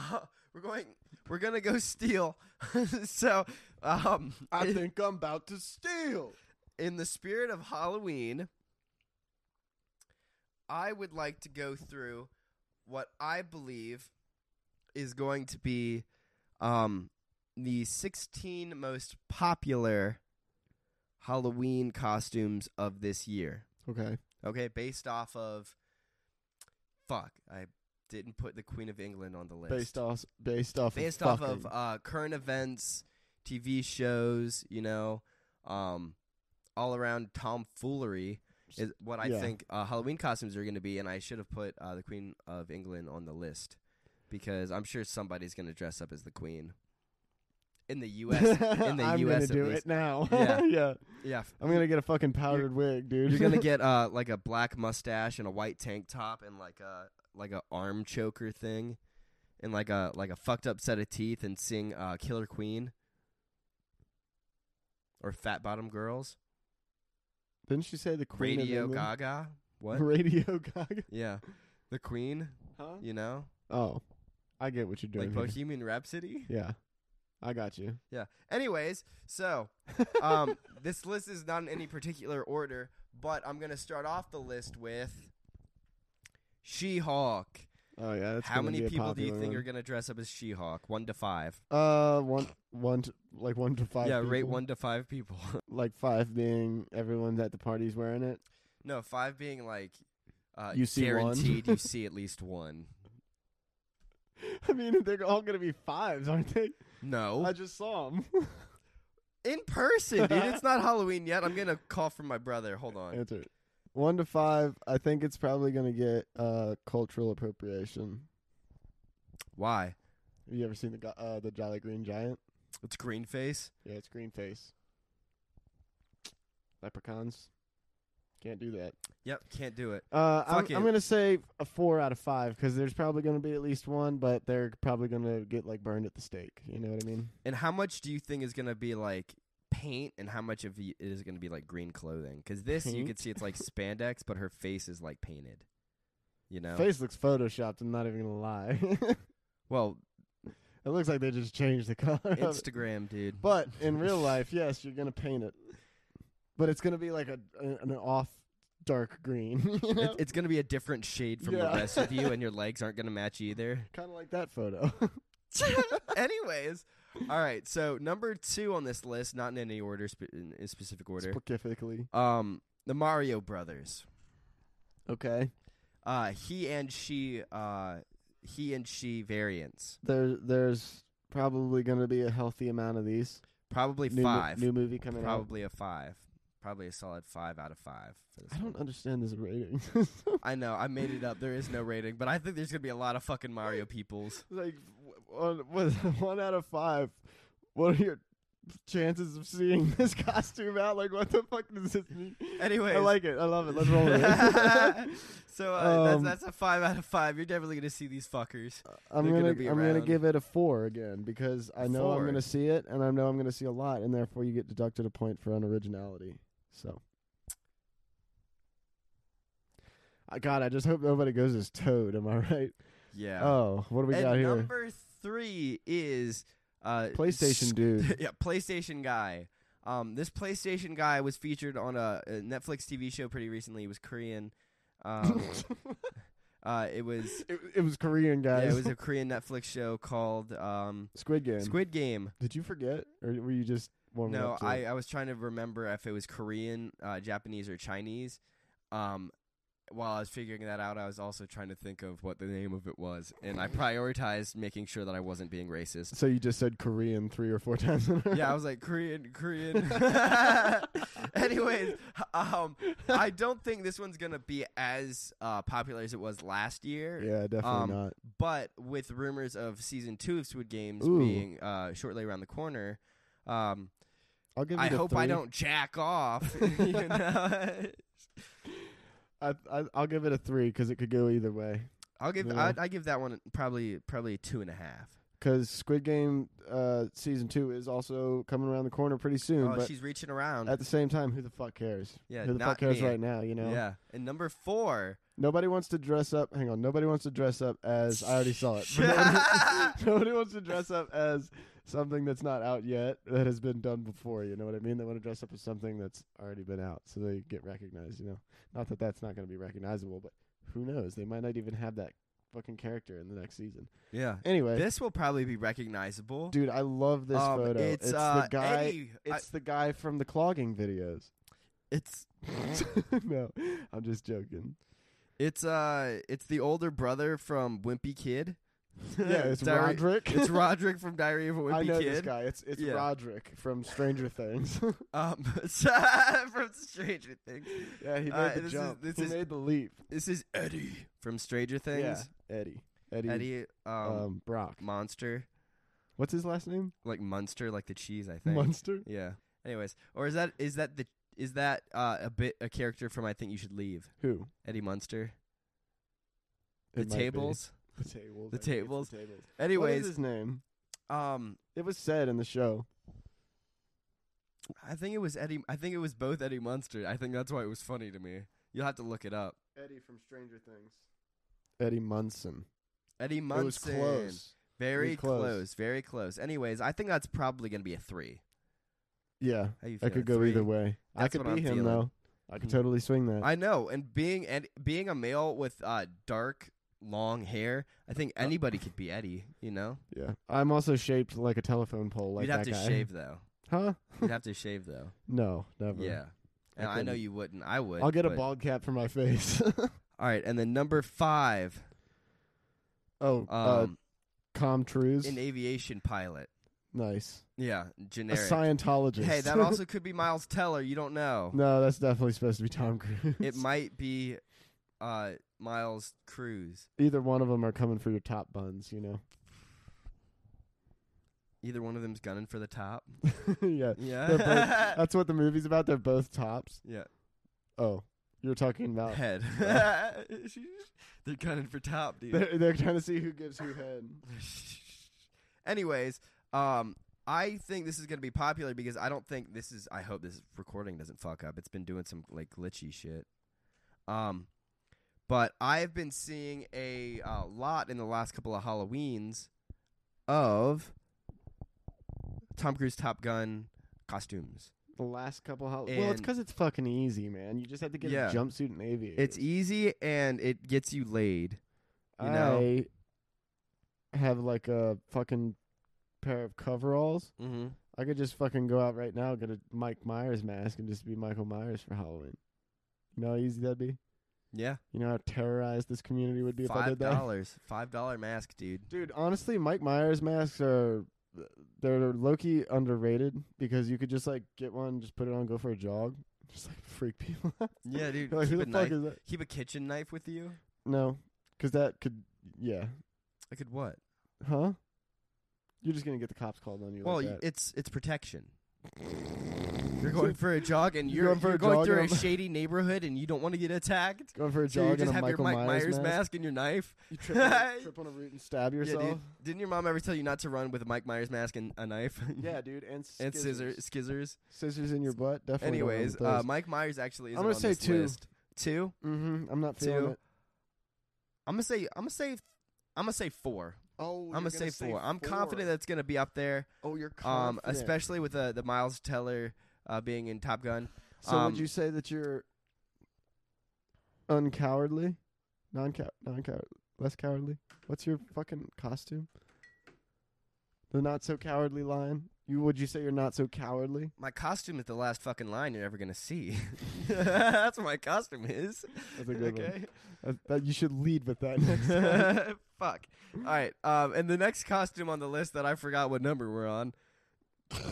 [SPEAKER 2] we're going. We're gonna go steal. so, um, in,
[SPEAKER 1] think I'm about to steal.
[SPEAKER 2] in the spirit of Halloween, I would like to go through what I believe is going to be um, the 16 most popular Halloween costumes of this year.
[SPEAKER 1] Okay.
[SPEAKER 2] Okay, based off of. Fuck, I didn't put the Queen of England on the list.
[SPEAKER 1] Based off based off
[SPEAKER 2] based
[SPEAKER 1] of
[SPEAKER 2] off
[SPEAKER 1] fucking.
[SPEAKER 2] of uh, current events, TV shows, you know, um, all around tomfoolery is what I
[SPEAKER 1] Yeah.
[SPEAKER 2] think uh, Halloween costumes are going to be, and I should have put uh, the Queen of England on the list because I'm sure somebody's going to dress up as the Queen in the U.S. in the
[SPEAKER 1] I'm
[SPEAKER 2] US
[SPEAKER 1] gonna
[SPEAKER 2] at
[SPEAKER 1] do
[SPEAKER 2] least.
[SPEAKER 1] it now.
[SPEAKER 2] Yeah.
[SPEAKER 1] yeah.
[SPEAKER 2] yeah,
[SPEAKER 1] I'm gonna get a fucking powdered wig, dude.
[SPEAKER 2] You're gonna get uh like a black mustache and a white tank top and like a like a arm choker thing, and like a like a fucked up set of teeth and sing uh, Killer Queen or Fat Bottom Girls,
[SPEAKER 1] Didn't she say the Queen of
[SPEAKER 2] Radio
[SPEAKER 1] England?
[SPEAKER 2] Gaga, what?
[SPEAKER 1] Radio Gaga.
[SPEAKER 2] yeah, the Queen,
[SPEAKER 1] Huh?
[SPEAKER 2] you know,
[SPEAKER 1] Oh, I get what you're doing.
[SPEAKER 2] like
[SPEAKER 1] here.
[SPEAKER 2] Bohemian Rhapsody.
[SPEAKER 1] Yeah, I got you.
[SPEAKER 2] Yeah. Anyways, so um, this list is not in any particular order, but I'm gonna start off the list with She-Hulk.
[SPEAKER 1] oh yeah, that's
[SPEAKER 2] How
[SPEAKER 1] gonna
[SPEAKER 2] many
[SPEAKER 1] be a
[SPEAKER 2] people do you
[SPEAKER 1] popular
[SPEAKER 2] think
[SPEAKER 1] one.
[SPEAKER 2] are going to dress up as She-Hulk? One to five.
[SPEAKER 1] Uh, one, one, to, like one to five.
[SPEAKER 2] yeah, rate
[SPEAKER 1] people?
[SPEAKER 2] one to five people.
[SPEAKER 1] Like five being everyone at the party's wearing it.
[SPEAKER 2] no, five being like uh,
[SPEAKER 1] You see one.
[SPEAKER 2] guaranteed you see at least one.
[SPEAKER 1] I mean, they're all gonna be fives, aren't they? I
[SPEAKER 2] No,
[SPEAKER 1] just saw them.
[SPEAKER 2] in person, dude. It's not Halloween yet. I'm gonna call for my brother. Hold on.
[SPEAKER 1] Answer it. One to five. I think it's probably gonna get uh cultural appropriation.
[SPEAKER 2] Why?
[SPEAKER 1] Have you ever seen the go- uh the Jolly Green Giant?
[SPEAKER 2] It's green face.
[SPEAKER 1] Yeah, it's green face. Leprechauns. Can't do that.
[SPEAKER 2] Yep, can't do it.
[SPEAKER 1] Uh, I'm,
[SPEAKER 2] Fuck
[SPEAKER 1] I'm
[SPEAKER 2] it.
[SPEAKER 1] gonna say a four out of five because there's probably gonna be at least one, but they're probably gonna get like burned at the stake. You know what I mean?
[SPEAKER 2] And how much do you think is gonna be like paint, and how much of y- it is gonna be like green clothing? Because this, you
[SPEAKER 1] Paint?
[SPEAKER 2] can see it's like spandex, but her face is like painted. You know.
[SPEAKER 1] Face looks photoshopped. I'm not even gonna lie.
[SPEAKER 2] well,
[SPEAKER 1] it looks like they just changed the color. of it.
[SPEAKER 2] Instagram, dude.
[SPEAKER 1] But in real life, yes, you're gonna paint it, but it's gonna be like a an off dark green. You know?
[SPEAKER 2] It, it's going to be a different shade from
[SPEAKER 1] Yeah.
[SPEAKER 2] the rest of you, and your legs aren't going to match either.
[SPEAKER 1] kind of like that photo.
[SPEAKER 2] Anyways, all right. So number two on this list, not in any order, spe- in, in specific order.
[SPEAKER 1] Specifically,
[SPEAKER 2] Um, the Mario Brothers.
[SPEAKER 1] okay.
[SPEAKER 2] Uh, he and she. Uh, he and she variants.
[SPEAKER 1] There, there's Probably going to be a healthy amount of these.
[SPEAKER 2] Probably
[SPEAKER 1] New, mo-
[SPEAKER 2] five.
[SPEAKER 1] new movie coming out.
[SPEAKER 2] probably a five. Probably a solid five out of five. For this
[SPEAKER 1] I
[SPEAKER 2] one.
[SPEAKER 1] don't understand this rating.
[SPEAKER 2] I know. I made it up. There is no rating, but I think there's gonna be a lot of fucking Mario peoples.
[SPEAKER 1] like w- on, was one out of five. What are your chances of seeing this costume out? Like, what the fuck does this mean?
[SPEAKER 2] Anyways.
[SPEAKER 1] I like it. I love it. Let's roll with it.
[SPEAKER 2] so uh,
[SPEAKER 1] Um, uh,
[SPEAKER 2] that's, that's a five out of five. You're definitely gonna see these fuckers.
[SPEAKER 1] I'm
[SPEAKER 2] They're gonna
[SPEAKER 1] gonna,
[SPEAKER 2] be
[SPEAKER 1] I'm gonna
[SPEAKER 2] around.
[SPEAKER 1] give it a four again because I know
[SPEAKER 2] Four.
[SPEAKER 1] I'm gonna see it and I know I'm gonna see a lot and therefore you get deducted a point for unoriginality. So, Uh, God, I just hope nobody goes as Toad. Am I right?
[SPEAKER 2] Yeah.
[SPEAKER 1] Oh, what do we
[SPEAKER 2] and
[SPEAKER 1] got here?
[SPEAKER 2] number three is uh,
[SPEAKER 1] PlayStation dude.
[SPEAKER 2] yeah, PlayStation guy. Um, this PlayStation guy was featured on a, a Netflix TV show pretty recently. He was Korean. Um, uh, it was
[SPEAKER 1] it, it was Korean
[SPEAKER 2] yeah,
[SPEAKER 1] guys.
[SPEAKER 2] it was a Korean Netflix show called um,
[SPEAKER 1] Squid Game.
[SPEAKER 2] Squid Game.
[SPEAKER 1] Did you forget, or were you just warming
[SPEAKER 2] No,
[SPEAKER 1] up? to
[SPEAKER 2] I,
[SPEAKER 1] it?
[SPEAKER 2] I was trying to remember if it was Korean, uh, Japanese, or Chinese. Um, while I was figuring that out, I was also trying to think of what the name of it was, and I prioritized making sure that I wasn't being racist.
[SPEAKER 1] So you just said Korean three or four times. In a
[SPEAKER 2] yeah, I
[SPEAKER 1] row.
[SPEAKER 2] was like Korean, Korean. Anyways, um, I don't think this one's gonna be as uh, popular as it was last year.
[SPEAKER 1] yeah, definitely
[SPEAKER 2] um,
[SPEAKER 1] not.
[SPEAKER 2] But with rumors of season two of Squid Games
[SPEAKER 1] Ooh.
[SPEAKER 2] being uh, shortly around the corner, um,
[SPEAKER 1] I'll give. You
[SPEAKER 2] I
[SPEAKER 1] the
[SPEAKER 2] hope I
[SPEAKER 1] three.
[SPEAKER 2] don't jack off. you know?
[SPEAKER 1] I, I I'll give it a three because it could go either way.
[SPEAKER 2] I'll give
[SPEAKER 1] Yeah.
[SPEAKER 2] I, I give that one probably probably a two and a half.
[SPEAKER 1] Because Squid Game uh, season two is also coming around the corner pretty soon.
[SPEAKER 2] Oh,
[SPEAKER 1] but
[SPEAKER 2] she's reaching around.
[SPEAKER 1] at the same time, who the fuck cares?
[SPEAKER 2] Yeah,
[SPEAKER 1] who the
[SPEAKER 2] not
[SPEAKER 1] fuck cares
[SPEAKER 2] me.
[SPEAKER 1] right now? You know,
[SPEAKER 2] Yeah, and number four.
[SPEAKER 1] nobody wants to dress up. Hang on, nobody wants to dress up as I already saw it. but nobody, nobody wants to dress up as something that's not out yet that has been done before. You know what I mean? They want to dress up as something that's already been out so they get recognized. You know, not that that's not going to be recognizable, but who knows? They might not even have that fucking character in the next season.
[SPEAKER 2] Yeah,
[SPEAKER 1] Anyway,
[SPEAKER 2] this will probably be recognizable.
[SPEAKER 1] Dude, I love this
[SPEAKER 2] Um,
[SPEAKER 1] photo. It's,
[SPEAKER 2] uh,
[SPEAKER 1] the guy.
[SPEAKER 2] Eddie. I-
[SPEAKER 1] It's the guy from the clogging videos.
[SPEAKER 2] it's
[SPEAKER 1] no, I'm just joking.
[SPEAKER 2] it's uh it's the older brother from Wimpy Kid.
[SPEAKER 1] Yeah, it's
[SPEAKER 2] Diary-
[SPEAKER 1] Roderick.
[SPEAKER 2] It's Roderick from Diary of a Wimpy
[SPEAKER 1] I know
[SPEAKER 2] Kid.
[SPEAKER 1] this guy. It's it's
[SPEAKER 2] Yeah.
[SPEAKER 1] Roderick from Stranger Things.
[SPEAKER 2] Um, from Stranger Things.
[SPEAKER 1] yeah, he made
[SPEAKER 2] Uh,
[SPEAKER 1] the
[SPEAKER 2] this is-
[SPEAKER 1] jump.
[SPEAKER 2] this
[SPEAKER 1] he
[SPEAKER 2] is
[SPEAKER 1] made the leap.
[SPEAKER 2] This is Eddie from Stranger Things.
[SPEAKER 1] Yeah, Eddie. Eddie.
[SPEAKER 2] Eddie, um,
[SPEAKER 1] um, Brock.
[SPEAKER 2] Monster,
[SPEAKER 1] What's his last name?
[SPEAKER 2] like Munster, like the cheese. I think.
[SPEAKER 1] Monster.
[SPEAKER 2] Yeah. Anyways, or is that is that the is that uh, a bit a character from I Think You Should Leave?
[SPEAKER 1] Who?
[SPEAKER 2] Eddie Munster. The
[SPEAKER 1] It might be.
[SPEAKER 2] tables.
[SPEAKER 1] The tables.
[SPEAKER 2] The
[SPEAKER 1] I think it's
[SPEAKER 2] tables.
[SPEAKER 1] The tables. what is
[SPEAKER 2] Anyways,
[SPEAKER 1] his name?
[SPEAKER 2] um,
[SPEAKER 1] It was said in the show.
[SPEAKER 2] I think it was Eddie. I think it was both Eddie Munster. I think that's why it was funny to me. You'll have to look it up.
[SPEAKER 1] Eddie from Stranger Things. Eddie Munson.
[SPEAKER 2] Eddie Munster.
[SPEAKER 1] It was close.
[SPEAKER 2] Very
[SPEAKER 1] close.
[SPEAKER 2] close. Very close. Anyways, I think that's probably gonna be a three.
[SPEAKER 1] Yeah,
[SPEAKER 2] How you
[SPEAKER 1] I
[SPEAKER 2] feeling?
[SPEAKER 1] could go
[SPEAKER 2] Three?
[SPEAKER 1] either way. I
[SPEAKER 2] That's
[SPEAKER 1] could
[SPEAKER 2] what
[SPEAKER 1] be
[SPEAKER 2] I'm
[SPEAKER 1] him
[SPEAKER 2] feeling. Hmm.
[SPEAKER 1] though. I could totally swing that.
[SPEAKER 2] I know, and being and being a male with uh, dark long hair, I think
[SPEAKER 1] Uh,
[SPEAKER 2] anybody could be Eddie. You know,
[SPEAKER 1] yeah, I'm also shaped like a telephone pole, like
[SPEAKER 2] you'd have
[SPEAKER 1] that
[SPEAKER 2] to
[SPEAKER 1] guy.
[SPEAKER 2] shave though.
[SPEAKER 1] huh?
[SPEAKER 2] You'd have to shave though.
[SPEAKER 1] No, never.
[SPEAKER 2] Yeah.
[SPEAKER 1] I
[SPEAKER 2] And I, know
[SPEAKER 1] couldn't.
[SPEAKER 2] you wouldn't. I would.
[SPEAKER 1] I'll get a
[SPEAKER 2] but-
[SPEAKER 1] bald cap for my face.
[SPEAKER 2] All right, and then number five,
[SPEAKER 1] oh, uh,
[SPEAKER 2] um,
[SPEAKER 1] com trues.
[SPEAKER 2] an aviation pilot.
[SPEAKER 1] nice.
[SPEAKER 2] Yeah, generic.
[SPEAKER 1] A Scientologist.
[SPEAKER 2] Hey, that also could be Miles Teller. You don't know.
[SPEAKER 1] no, that's definitely supposed to be Tom Cruise.
[SPEAKER 2] It might be uh, Miles Cruz.
[SPEAKER 1] Either one of them are coming for your top buns, you know.
[SPEAKER 2] Either one of them's gunning for the top.
[SPEAKER 1] yeah, They're
[SPEAKER 2] Yeah.
[SPEAKER 1] both, uh, that's what the movie's about. They're both tops.
[SPEAKER 2] yeah.
[SPEAKER 1] Oh, you're talking about.
[SPEAKER 2] Head. They're gunning for top, dude.
[SPEAKER 1] They're, they're trying to see who gives who head.
[SPEAKER 2] Anyways, um, I think this is gonna be popular because I don't think this is. I hope this recording doesn't fuck up. It's been doing some like glitchy shit. Um, but I've been seeing a uh, lot in the last couple of Halloweens of Tom Cruise Top Gun costumes.
[SPEAKER 1] The last couple hol- Well, it's
[SPEAKER 2] And-
[SPEAKER 1] because it's fucking easy, man. You just have to get
[SPEAKER 2] Yeah.
[SPEAKER 1] a jumpsuit and aviators.
[SPEAKER 2] It's easy and it gets you laid. you know.
[SPEAKER 1] I have like a fucking pair of coveralls.
[SPEAKER 2] Mm-hmm.
[SPEAKER 1] I could just fucking go out right now, get a Mike Myers mask, and just be Michael Myers for Halloween. You know how easy that'd be?
[SPEAKER 2] Yeah,
[SPEAKER 1] You know how terrorized this community would be if I
[SPEAKER 2] five
[SPEAKER 1] did that?
[SPEAKER 2] dollars, five dollar mask, dude.
[SPEAKER 1] Dude, honestly, Mike Myers masks are they're low-key underrated because you could just like get one, just put it on, go for a jog, just like freak people out.
[SPEAKER 2] Yeah, dude.
[SPEAKER 1] like, who
[SPEAKER 2] keep,
[SPEAKER 1] the
[SPEAKER 2] a
[SPEAKER 1] fuck
[SPEAKER 2] knife,
[SPEAKER 1] is that?
[SPEAKER 2] keep a kitchen knife with you.
[SPEAKER 1] No, because that could, yeah,
[SPEAKER 2] I could what?
[SPEAKER 1] huh? You're just gonna get the cops called on you.
[SPEAKER 2] Well,
[SPEAKER 1] like
[SPEAKER 2] y
[SPEAKER 1] that.
[SPEAKER 2] it's it's protection. You're going for a jog and
[SPEAKER 1] You're
[SPEAKER 2] you're,
[SPEAKER 1] going for
[SPEAKER 2] you're
[SPEAKER 1] a
[SPEAKER 2] going
[SPEAKER 1] jog
[SPEAKER 2] through a
[SPEAKER 1] and I'm-
[SPEAKER 2] shady neighborhood and you don't want to get attacked.
[SPEAKER 1] going for a
[SPEAKER 2] So
[SPEAKER 1] jog
[SPEAKER 2] you just
[SPEAKER 1] and a
[SPEAKER 2] have
[SPEAKER 1] Michael
[SPEAKER 2] your Mike
[SPEAKER 1] Myers, mask.
[SPEAKER 2] and your knife.
[SPEAKER 1] You trip, on- trip on a root and stab yourself.
[SPEAKER 2] Yeah, dude. Didn't your mom ever tell you not to run with a Mike Myers mask and a knife?
[SPEAKER 1] Yeah, dude, and
[SPEAKER 2] and scissors, scissors.
[SPEAKER 1] scissors in your butt. Definitely.
[SPEAKER 2] Anyways, uh, Mike Myers actually is
[SPEAKER 1] I'm gonna
[SPEAKER 2] on
[SPEAKER 1] say
[SPEAKER 2] this
[SPEAKER 1] two.
[SPEAKER 2] list. Two.
[SPEAKER 1] mm-hmm, I'm not feeling
[SPEAKER 2] two.
[SPEAKER 1] it.
[SPEAKER 2] I'm gonna say. I'm gonna say. I'm gonna say four.
[SPEAKER 1] Oh,
[SPEAKER 2] I'm gonna say 4 I'm confident that's gonna be up there.
[SPEAKER 1] Oh, you're
[SPEAKER 2] Um, especially with the the Miles Teller uh, being in Top Gun.
[SPEAKER 1] So
[SPEAKER 2] um,
[SPEAKER 1] would you say that you're uncowardly, non non coward, less cowardly? What's your fucking costume? The not so cowardly line. You would you say you're not so cowardly?
[SPEAKER 2] My costume is the last fucking line you're ever gonna see. That's what my costume is.
[SPEAKER 1] That's a good
[SPEAKER 2] okay.
[SPEAKER 1] one. That, that you should lead with that. Next time.
[SPEAKER 2] Fuck. All right. Um, and the next costume on the list that I forgot what number we're on.
[SPEAKER 1] Is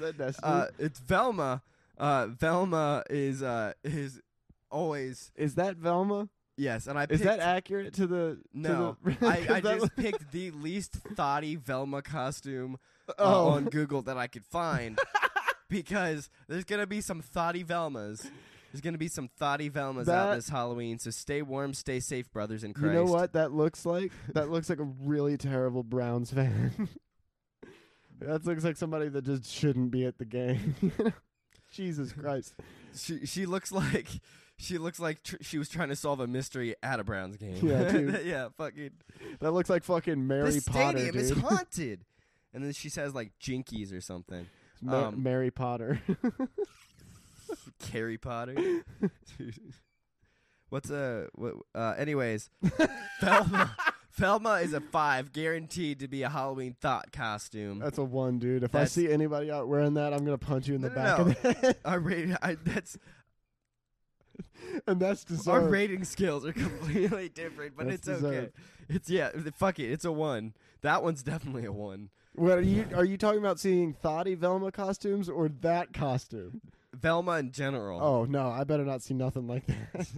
[SPEAKER 1] that Destiny?
[SPEAKER 2] uh, it's Velma. Uh, Velma is uh is always
[SPEAKER 1] is that Velma?
[SPEAKER 2] yes, and I
[SPEAKER 1] Is
[SPEAKER 2] picked,
[SPEAKER 1] that accurate to the?
[SPEAKER 2] no?
[SPEAKER 1] To the,
[SPEAKER 2] I, I
[SPEAKER 1] 'cause that was-
[SPEAKER 2] just picked the least thoughty Velma costume uh,
[SPEAKER 1] Oh.
[SPEAKER 2] on Google that I could find because there's gonna be some thoughty Velmas. There's gonna be some thoughty Velmas out
[SPEAKER 1] That-
[SPEAKER 2] this Halloween, so stay warm, stay safe, brothers in
[SPEAKER 1] You
[SPEAKER 2] Christ.
[SPEAKER 1] know what that looks like? That looks like a really terrible Browns fan. that looks like somebody that just shouldn't be at the game. you know? Jesus Christ.
[SPEAKER 2] She she looks like she looks like tr- she was trying to solve a mystery at a Browns game.
[SPEAKER 1] Yeah, dude.
[SPEAKER 2] yeah, fucking.
[SPEAKER 1] That looks like fucking Mary
[SPEAKER 2] this
[SPEAKER 1] Potter.
[SPEAKER 2] stadium is
[SPEAKER 1] dude.
[SPEAKER 2] haunted. And then she says like jinkies or something.
[SPEAKER 1] Ma-
[SPEAKER 2] um,
[SPEAKER 1] Mary Potter.
[SPEAKER 2] Harry Potter. Dude. What's a what? Uh, anyways, Velma. Velma is a five, guaranteed to be a Halloween thought costume.
[SPEAKER 1] That's a one, dude. If I
[SPEAKER 2] That's-
[SPEAKER 1] see anybody out wearing that, I'm gonna punch you in the
[SPEAKER 2] No, no,
[SPEAKER 1] back
[SPEAKER 2] no.
[SPEAKER 1] of the head.
[SPEAKER 2] our rating, I, that's
[SPEAKER 1] and that's
[SPEAKER 2] our
[SPEAKER 1] deserved.
[SPEAKER 2] rating skills are completely different, but
[SPEAKER 1] That's
[SPEAKER 2] it's okay.
[SPEAKER 1] deserved.
[SPEAKER 2] It's yeah, fuck it, it's a one. That one's definitely a one.
[SPEAKER 1] What are you? Are you talking about seeing thotty Velma costumes or that costume?
[SPEAKER 2] Velma in general.
[SPEAKER 1] Oh no, I better not see nothing like that.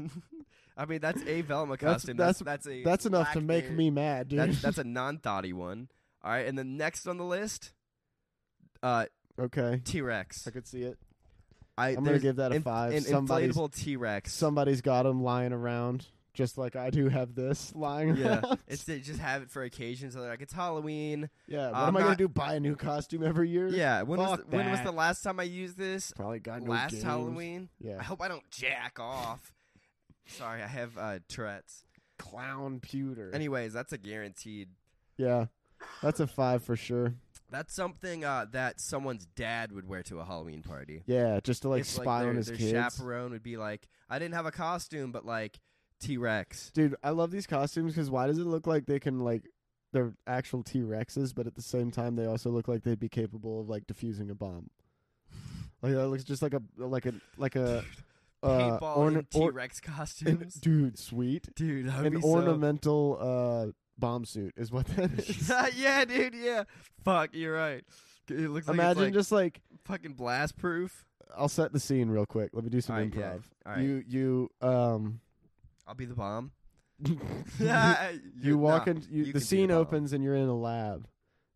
[SPEAKER 2] I mean, that's a Velma
[SPEAKER 1] That's-
[SPEAKER 2] costume. That's
[SPEAKER 1] that's-
[SPEAKER 2] that's, a
[SPEAKER 1] That's enough to
[SPEAKER 2] black
[SPEAKER 1] make
[SPEAKER 2] bear.
[SPEAKER 1] me mad, dude.
[SPEAKER 2] That's, that's a non thoughty one. All right, and then next on the list, uh,
[SPEAKER 1] okay.
[SPEAKER 2] T Rex.
[SPEAKER 1] I could see it.
[SPEAKER 2] I
[SPEAKER 1] I'm gonna
[SPEAKER 2] there's
[SPEAKER 1] give that a
[SPEAKER 2] inf-
[SPEAKER 1] five.
[SPEAKER 2] An
[SPEAKER 1] Somebody's-
[SPEAKER 2] inflatable T Rex.
[SPEAKER 1] Somebody's got him lying around, just like I do have this lying
[SPEAKER 2] yeah,
[SPEAKER 1] around.
[SPEAKER 2] it's they just have it for occasion. So they're like, it's Halloween.
[SPEAKER 1] yeah. What
[SPEAKER 2] I'm
[SPEAKER 1] am I gonna
[SPEAKER 2] not-
[SPEAKER 1] do? Buy a new costume every year?
[SPEAKER 2] Yeah, when was
[SPEAKER 1] Fuck
[SPEAKER 2] the, when was
[SPEAKER 1] that.
[SPEAKER 2] the last time I used this?
[SPEAKER 1] Probably got no
[SPEAKER 2] last
[SPEAKER 1] games.
[SPEAKER 2] Halloween. I
[SPEAKER 1] Yeah.
[SPEAKER 2] hope I don't jack off. Sorry, I have uh, Tourette's.
[SPEAKER 1] Clown pewter.
[SPEAKER 2] Anyways, that's a guaranteed
[SPEAKER 1] yeah. That's a five for sure.
[SPEAKER 2] That's something uh, that someone's dad would wear to a Halloween party.
[SPEAKER 1] Yeah, just to like
[SPEAKER 2] It's
[SPEAKER 1] spy
[SPEAKER 2] their,
[SPEAKER 1] on his
[SPEAKER 2] their
[SPEAKER 1] kids.
[SPEAKER 2] chaperone would be like, "I didn't have a costume, but like T Rex."
[SPEAKER 1] Dude, I love these costumes because why does it look like they can like they're actual T Rexes, but at the same time they also look like they'd be capable of like defusing a bomb. Like that looks just like a like a like a uh,
[SPEAKER 2] Paintball
[SPEAKER 1] orna-
[SPEAKER 2] and T
[SPEAKER 1] or-
[SPEAKER 2] Rex
[SPEAKER 1] an-
[SPEAKER 2] costumes,
[SPEAKER 1] dude, sweet.
[SPEAKER 2] dude. That would
[SPEAKER 1] An
[SPEAKER 2] be
[SPEAKER 1] ornamental uh, bomb suit is what that is.
[SPEAKER 2] So... yeah, dude. Yeah. Fuck, you're right. It looks like it's,
[SPEAKER 1] Imagine
[SPEAKER 2] like,
[SPEAKER 1] just like
[SPEAKER 2] fucking blast proof.
[SPEAKER 1] I'll set the scene real quick. Let me do some
[SPEAKER 2] All right, yeah.
[SPEAKER 1] improv.
[SPEAKER 2] All right.
[SPEAKER 1] You you um
[SPEAKER 2] I'll be the bomb.
[SPEAKER 1] you,
[SPEAKER 2] You're-
[SPEAKER 1] walk
[SPEAKER 2] nah,
[SPEAKER 1] in you,
[SPEAKER 2] you can be
[SPEAKER 1] the scene
[SPEAKER 2] bomb.
[SPEAKER 1] opens and you're in a lab.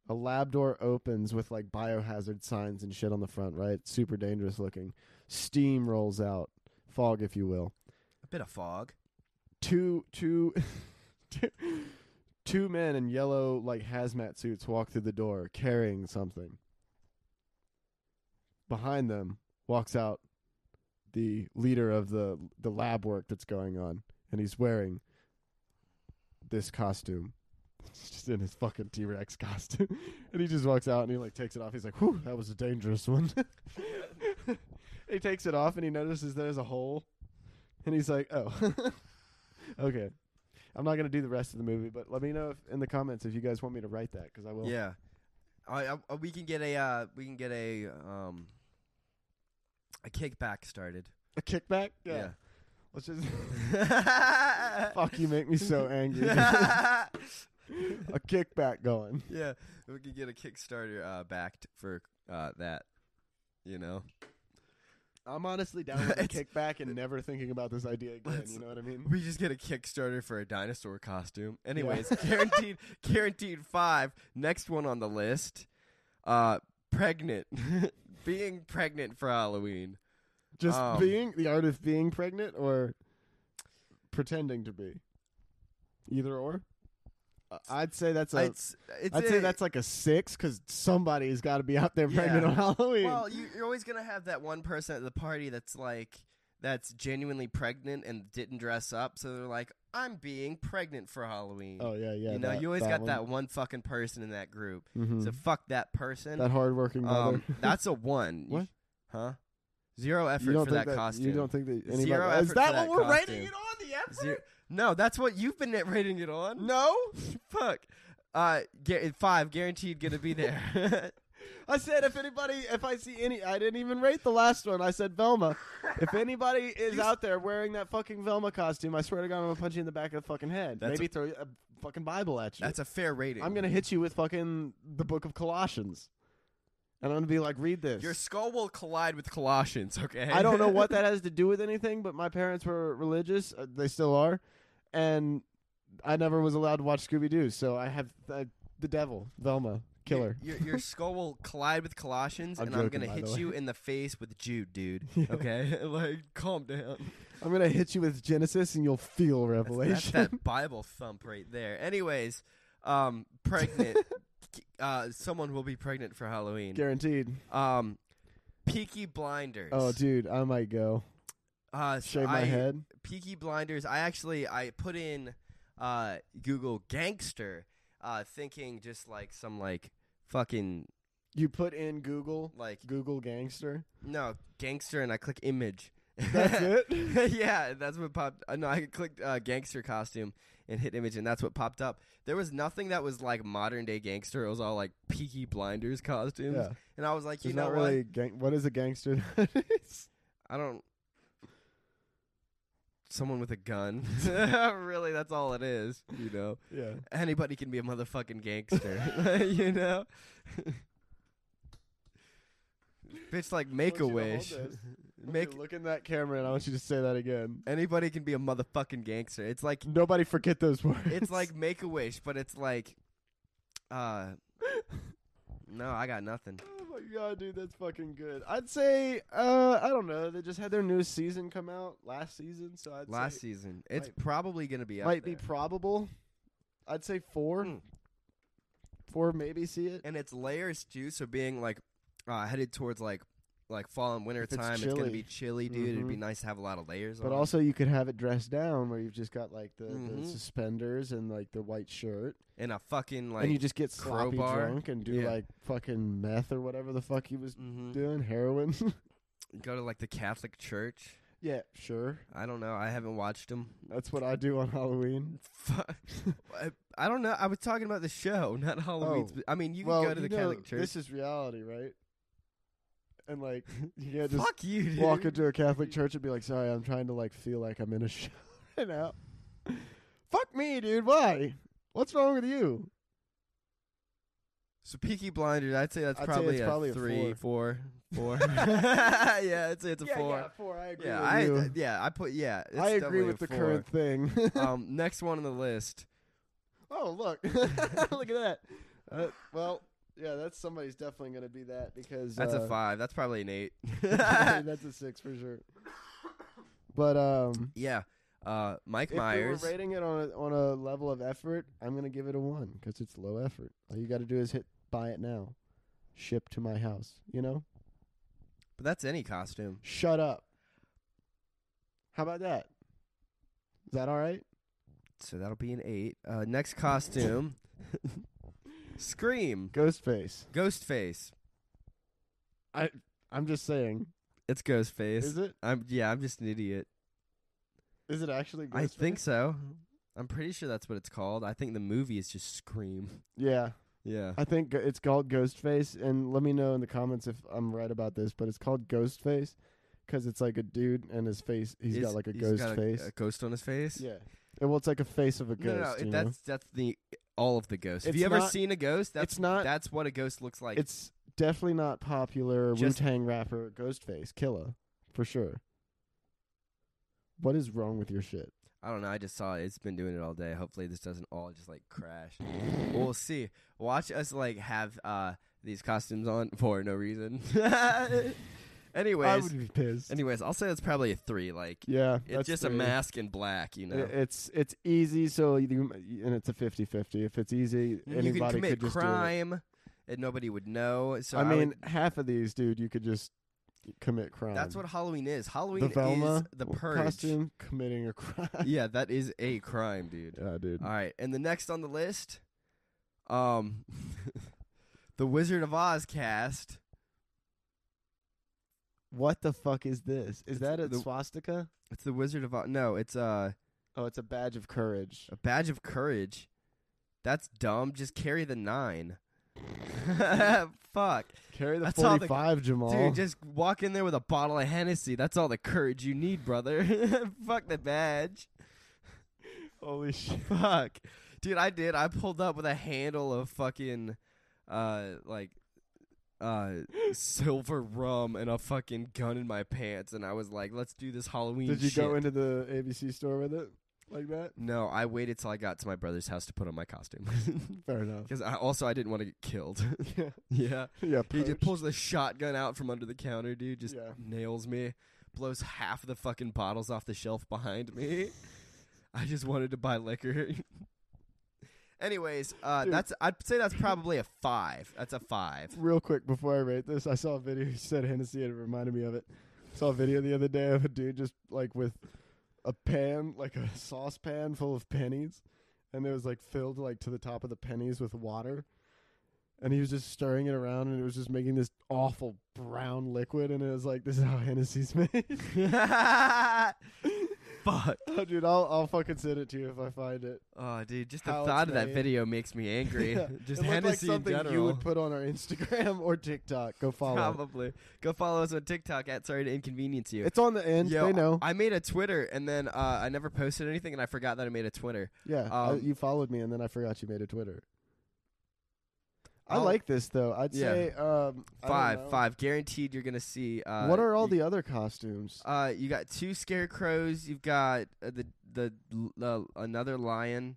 [SPEAKER 1] A lab door opens with like biohazard signs and shit on the front, right? Super dangerous looking. Steam rolls out, fog if you will.
[SPEAKER 2] A bit of fog.
[SPEAKER 1] Two two two two men in yellow like hazmat suits walk through the door carrying something. Behind them walks out the leader of the the lab work that's going on, and he's wearing this costume. He's just in his fucking T Rex costume, and he just walks out and he like takes it off. He's like, "Whew, that was a dangerous one." he takes it off and he notices there's a hole, and he's like, "Oh, okay." I'm not gonna do the rest of the movie, but let me know if, in the comments if you guys want me to write that because I will.
[SPEAKER 2] Yeah. All right, uh, we can get a uh, we can get a um a kickback started.
[SPEAKER 1] A kickback. Yeah.
[SPEAKER 2] Yeah.
[SPEAKER 1] Let's just.
[SPEAKER 2] Fuck
[SPEAKER 1] Fuck, you make me so angry.
[SPEAKER 2] All
[SPEAKER 1] a kickback going.
[SPEAKER 2] yeah, we could get a Kickstarter uh, backed for uh, that. You know,
[SPEAKER 1] I'm honestly down with a
[SPEAKER 2] It's-
[SPEAKER 1] kickback and never thinking about this idea again.
[SPEAKER 2] Let's-
[SPEAKER 1] You know what I mean?
[SPEAKER 2] we just get a Kickstarter for a dinosaur costume. Anyways, guaranteed, guaranteed five. Next one on the list, uh, pregnant, being pregnant for Halloween.
[SPEAKER 1] Just
[SPEAKER 2] Um,
[SPEAKER 1] being the art of being pregnant or pretending to be. Either or. Uh, I'd say that's a.
[SPEAKER 2] it's, it's
[SPEAKER 1] I'd say
[SPEAKER 2] a-
[SPEAKER 1] that's like a six because somebody's got to be out there pregnant
[SPEAKER 2] Yeah.
[SPEAKER 1] on Halloween.
[SPEAKER 2] Well, you, you're always gonna have that one person at the party that's like that's genuinely pregnant and didn't dress up, so they're like, "I'm being pregnant for Halloween."
[SPEAKER 1] oh yeah, yeah.
[SPEAKER 2] you know,
[SPEAKER 1] that-
[SPEAKER 2] you always got
[SPEAKER 1] one.
[SPEAKER 2] that one fucking person in that group.
[SPEAKER 1] Mhm.
[SPEAKER 2] So fuck that person.
[SPEAKER 1] that hardworking mother.
[SPEAKER 2] um, that's a one. You-
[SPEAKER 1] What?
[SPEAKER 2] Huh? Zero effort
[SPEAKER 1] you don't
[SPEAKER 2] for
[SPEAKER 1] think
[SPEAKER 2] that, costume.
[SPEAKER 1] You don't think that anybody
[SPEAKER 2] Zero effort
[SPEAKER 1] is
[SPEAKER 2] for
[SPEAKER 1] that
[SPEAKER 2] that
[SPEAKER 1] what we're rating
[SPEAKER 2] costume.
[SPEAKER 1] it on the effort?
[SPEAKER 2] Zero- No, that's what you've been rating it on. No, fuck. Uh, gu- five guaranteed gonna be there.
[SPEAKER 1] I said if anybody, if I see any, I didn't even rate the last one. I said Velma. if anybody is
[SPEAKER 2] You s-
[SPEAKER 1] out there wearing that fucking Velma costume, I swear to God, I'm gonna punch you in the back of the fucking head.
[SPEAKER 2] That's
[SPEAKER 1] Maybe throw a fucking Bible at you.
[SPEAKER 2] that's a fair rating.
[SPEAKER 1] I'm gonna hit you with fucking the Book of Colossians, and I'm gonna be like, read this.
[SPEAKER 2] Your skull will collide with Colossians, okay?
[SPEAKER 1] I don't know what that has to do with anything, but my parents were religious. Uh, they still are, and I never was allowed to watch Scooby Doo. So I have uh, the devil, Velma, killer.
[SPEAKER 2] Your, your, your skull will collide with Colossians,
[SPEAKER 1] I'm
[SPEAKER 2] and
[SPEAKER 1] joking,
[SPEAKER 2] I'm
[SPEAKER 1] by
[SPEAKER 2] gonna
[SPEAKER 1] the
[SPEAKER 2] hit
[SPEAKER 1] way.
[SPEAKER 2] you in the face with Jude, dude.
[SPEAKER 1] Yeah.
[SPEAKER 2] Okay, like calm down.
[SPEAKER 1] I'm gonna hit you with Genesis, and you'll feel
[SPEAKER 2] That's, that's
[SPEAKER 1] Revelation.
[SPEAKER 2] that Bible thump right there. Anyways, um, pregnant. uh, someone will be pregnant for Halloween.
[SPEAKER 1] Guaranteed.
[SPEAKER 2] Um, Peaky Blinders.
[SPEAKER 1] Oh, dude, I might go
[SPEAKER 2] Uh, so
[SPEAKER 1] shave my
[SPEAKER 2] I-
[SPEAKER 1] head.
[SPEAKER 2] Peaky Blinders. I actually I put in uh, Google gangster, uh, thinking just like some like fucking
[SPEAKER 1] You put in Google,
[SPEAKER 2] like
[SPEAKER 1] Google gangster.
[SPEAKER 2] No, gangster, and I click image.
[SPEAKER 1] That's it.
[SPEAKER 2] yeah, that's what popped. Uh, no, I clicked uh, gangster costume and hit image, and that's what popped up. There was nothing that was like modern day gangster. It was all like Peaky Blinders costumes,
[SPEAKER 1] yeah,
[SPEAKER 2] and I was like, you
[SPEAKER 1] it's
[SPEAKER 2] know
[SPEAKER 1] not
[SPEAKER 2] what?
[SPEAKER 1] really gang- what is a gangster?
[SPEAKER 2] I don't. Someone with a gun. really, that's all it is. You know,
[SPEAKER 1] yeah.
[SPEAKER 2] anybody can be a motherfucking gangster. you know. Bitch, like make a wish. Make
[SPEAKER 1] Make look in that camera, and I want you to say that again.
[SPEAKER 2] Anybody can be a motherfucking gangster. It's like
[SPEAKER 1] Nobody forget those words.
[SPEAKER 2] it's like make a wish, but it's like uh no, I got nothing.
[SPEAKER 1] Oh my god, dude, that's fucking good. I'd say, uh, I don't know. They just had their new season come out last season, so I'd
[SPEAKER 2] Last
[SPEAKER 1] say
[SPEAKER 2] season. It's
[SPEAKER 1] might-
[SPEAKER 2] probably gonna be up
[SPEAKER 1] might be
[SPEAKER 2] there.
[SPEAKER 1] probable. I'd say four,
[SPEAKER 2] Mm.
[SPEAKER 1] four maybe see it.
[SPEAKER 2] and it's layers too, so being like uh headed towards like like fall and winter
[SPEAKER 1] If it's
[SPEAKER 2] time, it's, gonna
[SPEAKER 1] chilly. Mm-hmm.
[SPEAKER 2] be chilly, dude. It'd be nice to have a lot of layers
[SPEAKER 1] But
[SPEAKER 2] on.
[SPEAKER 1] also, you could have it dressed down where you've just got like the,
[SPEAKER 2] Mhm.
[SPEAKER 1] the suspenders and like the white shirt,
[SPEAKER 2] and a fucking like
[SPEAKER 1] and you just get sloppy
[SPEAKER 2] crowbar.
[SPEAKER 1] drunk and do
[SPEAKER 2] Yeah.
[SPEAKER 1] like fucking meth or whatever the fuck he was
[SPEAKER 2] mhm.
[SPEAKER 1] doing, heroin.
[SPEAKER 2] go to like the Catholic church.
[SPEAKER 1] yeah, sure.
[SPEAKER 2] I don't know. I haven't watched them.
[SPEAKER 1] That's what I do on Halloween.
[SPEAKER 2] Fuck. I, I don't know. I was talking about the show, not Halloween.
[SPEAKER 1] Oh.
[SPEAKER 2] spe- I mean, you
[SPEAKER 1] well,
[SPEAKER 2] can go to the
[SPEAKER 1] you know,
[SPEAKER 2] Catholic church.
[SPEAKER 1] This is reality, right? And like, you can't just
[SPEAKER 2] Fuck you, dude.
[SPEAKER 1] walk into a Catholic church and be like, "Sorry, I'm trying to like feel like I'm in a show right now." Fuck me, dude. Why? What's wrong with you?
[SPEAKER 2] So Peaky Blinders, I'd say that's
[SPEAKER 1] I'd say
[SPEAKER 2] probably,
[SPEAKER 1] it's
[SPEAKER 2] a
[SPEAKER 1] probably a
[SPEAKER 2] three, four, four. yeah, I'd say it's a
[SPEAKER 1] Yeah,
[SPEAKER 2] four.
[SPEAKER 1] four. I agree.
[SPEAKER 2] Yeah,
[SPEAKER 1] with
[SPEAKER 2] I uh,
[SPEAKER 1] you.
[SPEAKER 2] yeah, I put yeah. It's
[SPEAKER 1] I agree
[SPEAKER 2] definitely
[SPEAKER 1] with the
[SPEAKER 2] a four.
[SPEAKER 1] current thing.
[SPEAKER 2] um, next one on the list.
[SPEAKER 1] oh, look, look at that. Uh, well, yeah, that's somebody's definitely going to be that because
[SPEAKER 2] That's
[SPEAKER 1] uh,
[SPEAKER 2] a five. That's probably an eight.
[SPEAKER 1] that's a six for sure. But um,
[SPEAKER 2] yeah. Uh, Mike
[SPEAKER 1] if
[SPEAKER 2] Myers.
[SPEAKER 1] we were rating it on a, on a level of effort, I'm going to give it a one because it's low effort. All you got to do is hit buy it now, ship to my house. You know,
[SPEAKER 2] but that's any costume.
[SPEAKER 1] shut up. How about that? Is that all right?
[SPEAKER 2] So that'll be an eight. Uh, next costume. Scream.
[SPEAKER 1] Ghostface.
[SPEAKER 2] Ghostface.
[SPEAKER 1] I I'm just saying.
[SPEAKER 2] It's Ghostface.
[SPEAKER 1] Is it?
[SPEAKER 2] I'm yeah, I'm just an idiot.
[SPEAKER 1] Is it actually? Ghostface?
[SPEAKER 2] I think so. I'm pretty sure that's what it's called. I think the movie is just Scream.
[SPEAKER 1] Yeah.
[SPEAKER 2] Yeah.
[SPEAKER 1] I think it's called Ghostface, and let me know in the comments if I'm right about this, but it's called Ghostface because it's like a dude and his face, he's got like a
[SPEAKER 2] he's
[SPEAKER 1] ghost
[SPEAKER 2] got
[SPEAKER 1] face.
[SPEAKER 2] A, ghost on his face.
[SPEAKER 1] yeah. And well, it's like a face of a
[SPEAKER 2] no,
[SPEAKER 1] ghost.
[SPEAKER 2] no, no
[SPEAKER 1] you know?
[SPEAKER 2] that's that's the all of the ghosts. Have
[SPEAKER 1] It's
[SPEAKER 2] you ever
[SPEAKER 1] not-
[SPEAKER 2] seen a ghost? That's
[SPEAKER 1] it's not.
[SPEAKER 2] that's what a ghost looks like.
[SPEAKER 1] it's definitely not popular. Wu
[SPEAKER 2] Just-
[SPEAKER 1] Tang rapper Ghostface Killa, for sure. What is wrong with your shit?
[SPEAKER 2] I don't know. I just saw it. It's been doing it all day. Hopefully, this doesn't all just like crash. we'll see. Watch us like have uh these costumes on for no reason.
[SPEAKER 1] I
[SPEAKER 2] anyways,
[SPEAKER 1] would be pissed.
[SPEAKER 2] anyways, I'll say that's probably a three. Like
[SPEAKER 1] yeah,
[SPEAKER 2] it's
[SPEAKER 1] that's
[SPEAKER 2] just a
[SPEAKER 1] three.
[SPEAKER 2] mask in black, you
[SPEAKER 1] I-
[SPEAKER 2] know.
[SPEAKER 1] It's it's easy, so you, and it's a 50-50. If it's easy, anybody
[SPEAKER 2] you can commit
[SPEAKER 1] could just do it.
[SPEAKER 2] crime, and nobody would know. So
[SPEAKER 1] I
[SPEAKER 2] would-
[SPEAKER 1] mean, half of these, dude, you could just commit crime.
[SPEAKER 2] that's what Halloween is. Halloween
[SPEAKER 1] um, the Velma
[SPEAKER 2] is the
[SPEAKER 1] w-
[SPEAKER 2] purge.
[SPEAKER 1] costume committing a crime.
[SPEAKER 2] Yeah, Uh, that is a crime, dude.
[SPEAKER 1] Yeah, dude.
[SPEAKER 2] All right, and the next on the list, um, the Wizard of Oz cast.
[SPEAKER 1] What the fuck is this?
[SPEAKER 2] It's
[SPEAKER 1] Is that a
[SPEAKER 2] the-
[SPEAKER 1] swastika?
[SPEAKER 2] It's the Wizard of Oz. No, it's uh,
[SPEAKER 1] Oh, it's a badge of courage.
[SPEAKER 2] a badge of courage. That's dumb. Just carry the nine. Fuck,
[SPEAKER 1] Carry the
[SPEAKER 2] That's all the-
[SPEAKER 1] forty-five, Jamal.
[SPEAKER 2] dude! Just walk in there with a bottle of Hennessy. That's all the courage you need, brother. Fuck the badge.
[SPEAKER 1] Holy shit!
[SPEAKER 2] Fuck. Dude, I did. I pulled up with a handle of fucking uh like uh silver rum and a fucking gun in my pants and I was like, let's do this Halloween
[SPEAKER 1] Did you
[SPEAKER 2] shit.
[SPEAKER 1] go into the ABC store with it like that?
[SPEAKER 2] No, I waited till I got to my brother's house to put on my costume.
[SPEAKER 1] Fair enough.
[SPEAKER 2] Cuz I also I didn't want to get killed.
[SPEAKER 1] yeah,
[SPEAKER 2] yeah.
[SPEAKER 1] yeah.
[SPEAKER 2] He just
[SPEAKER 1] poached.
[SPEAKER 2] pulls the shotgun out from under the counter, dude, just
[SPEAKER 1] Yeah.
[SPEAKER 2] nails me. Blows half of the fucking bottles off the shelf behind me. I just wanted to buy liquor. Anyways, uh,
[SPEAKER 1] Dude.
[SPEAKER 2] that's I'd say that's probably a five. That's a five.
[SPEAKER 1] Real quick before I rate this, I saw a video. You said Hennessy, and it reminded me of it. saw a video the other day of a dude just like with a pan, like a saucepan full of pennies, and it was like filled like to the top of the pennies with water. And he was just stirring it around, and it was just making this awful brown liquid. And it was like, this is how Hennessy's made.
[SPEAKER 2] Fuck.
[SPEAKER 1] oh, dude, I'll I'll fucking send it to you if I find it.
[SPEAKER 2] Oh, dude, just the
[SPEAKER 1] How it's
[SPEAKER 2] thought of that
[SPEAKER 1] made.
[SPEAKER 2] video makes me angry.
[SPEAKER 1] Yeah.
[SPEAKER 2] Just
[SPEAKER 1] it looked like
[SPEAKER 2] Hennessy in
[SPEAKER 1] something
[SPEAKER 2] general.
[SPEAKER 1] you would put on our Instagram or TikTok. Go follow.
[SPEAKER 2] probably. Go follow us on TikTok at Sorry to Inconvenience You.
[SPEAKER 1] It's on the end.
[SPEAKER 2] Yo,
[SPEAKER 1] they know.
[SPEAKER 2] I made a Twitter and then uh, I never posted anything and I forgot that I made a Twitter.
[SPEAKER 1] Yeah, I-
[SPEAKER 2] Um,
[SPEAKER 1] you followed me, and then I forgot you made a Twitter. I
[SPEAKER 2] I'll-
[SPEAKER 1] like this though. I'd
[SPEAKER 2] Yeah.
[SPEAKER 1] say um, I don't know.
[SPEAKER 2] Five, five, guaranteed. You're gonna see. Uh,
[SPEAKER 1] what are all
[SPEAKER 2] you,
[SPEAKER 1] the other costumes?
[SPEAKER 2] Uh, you got two scarecrows. You've got uh, the the l- uh, another lion.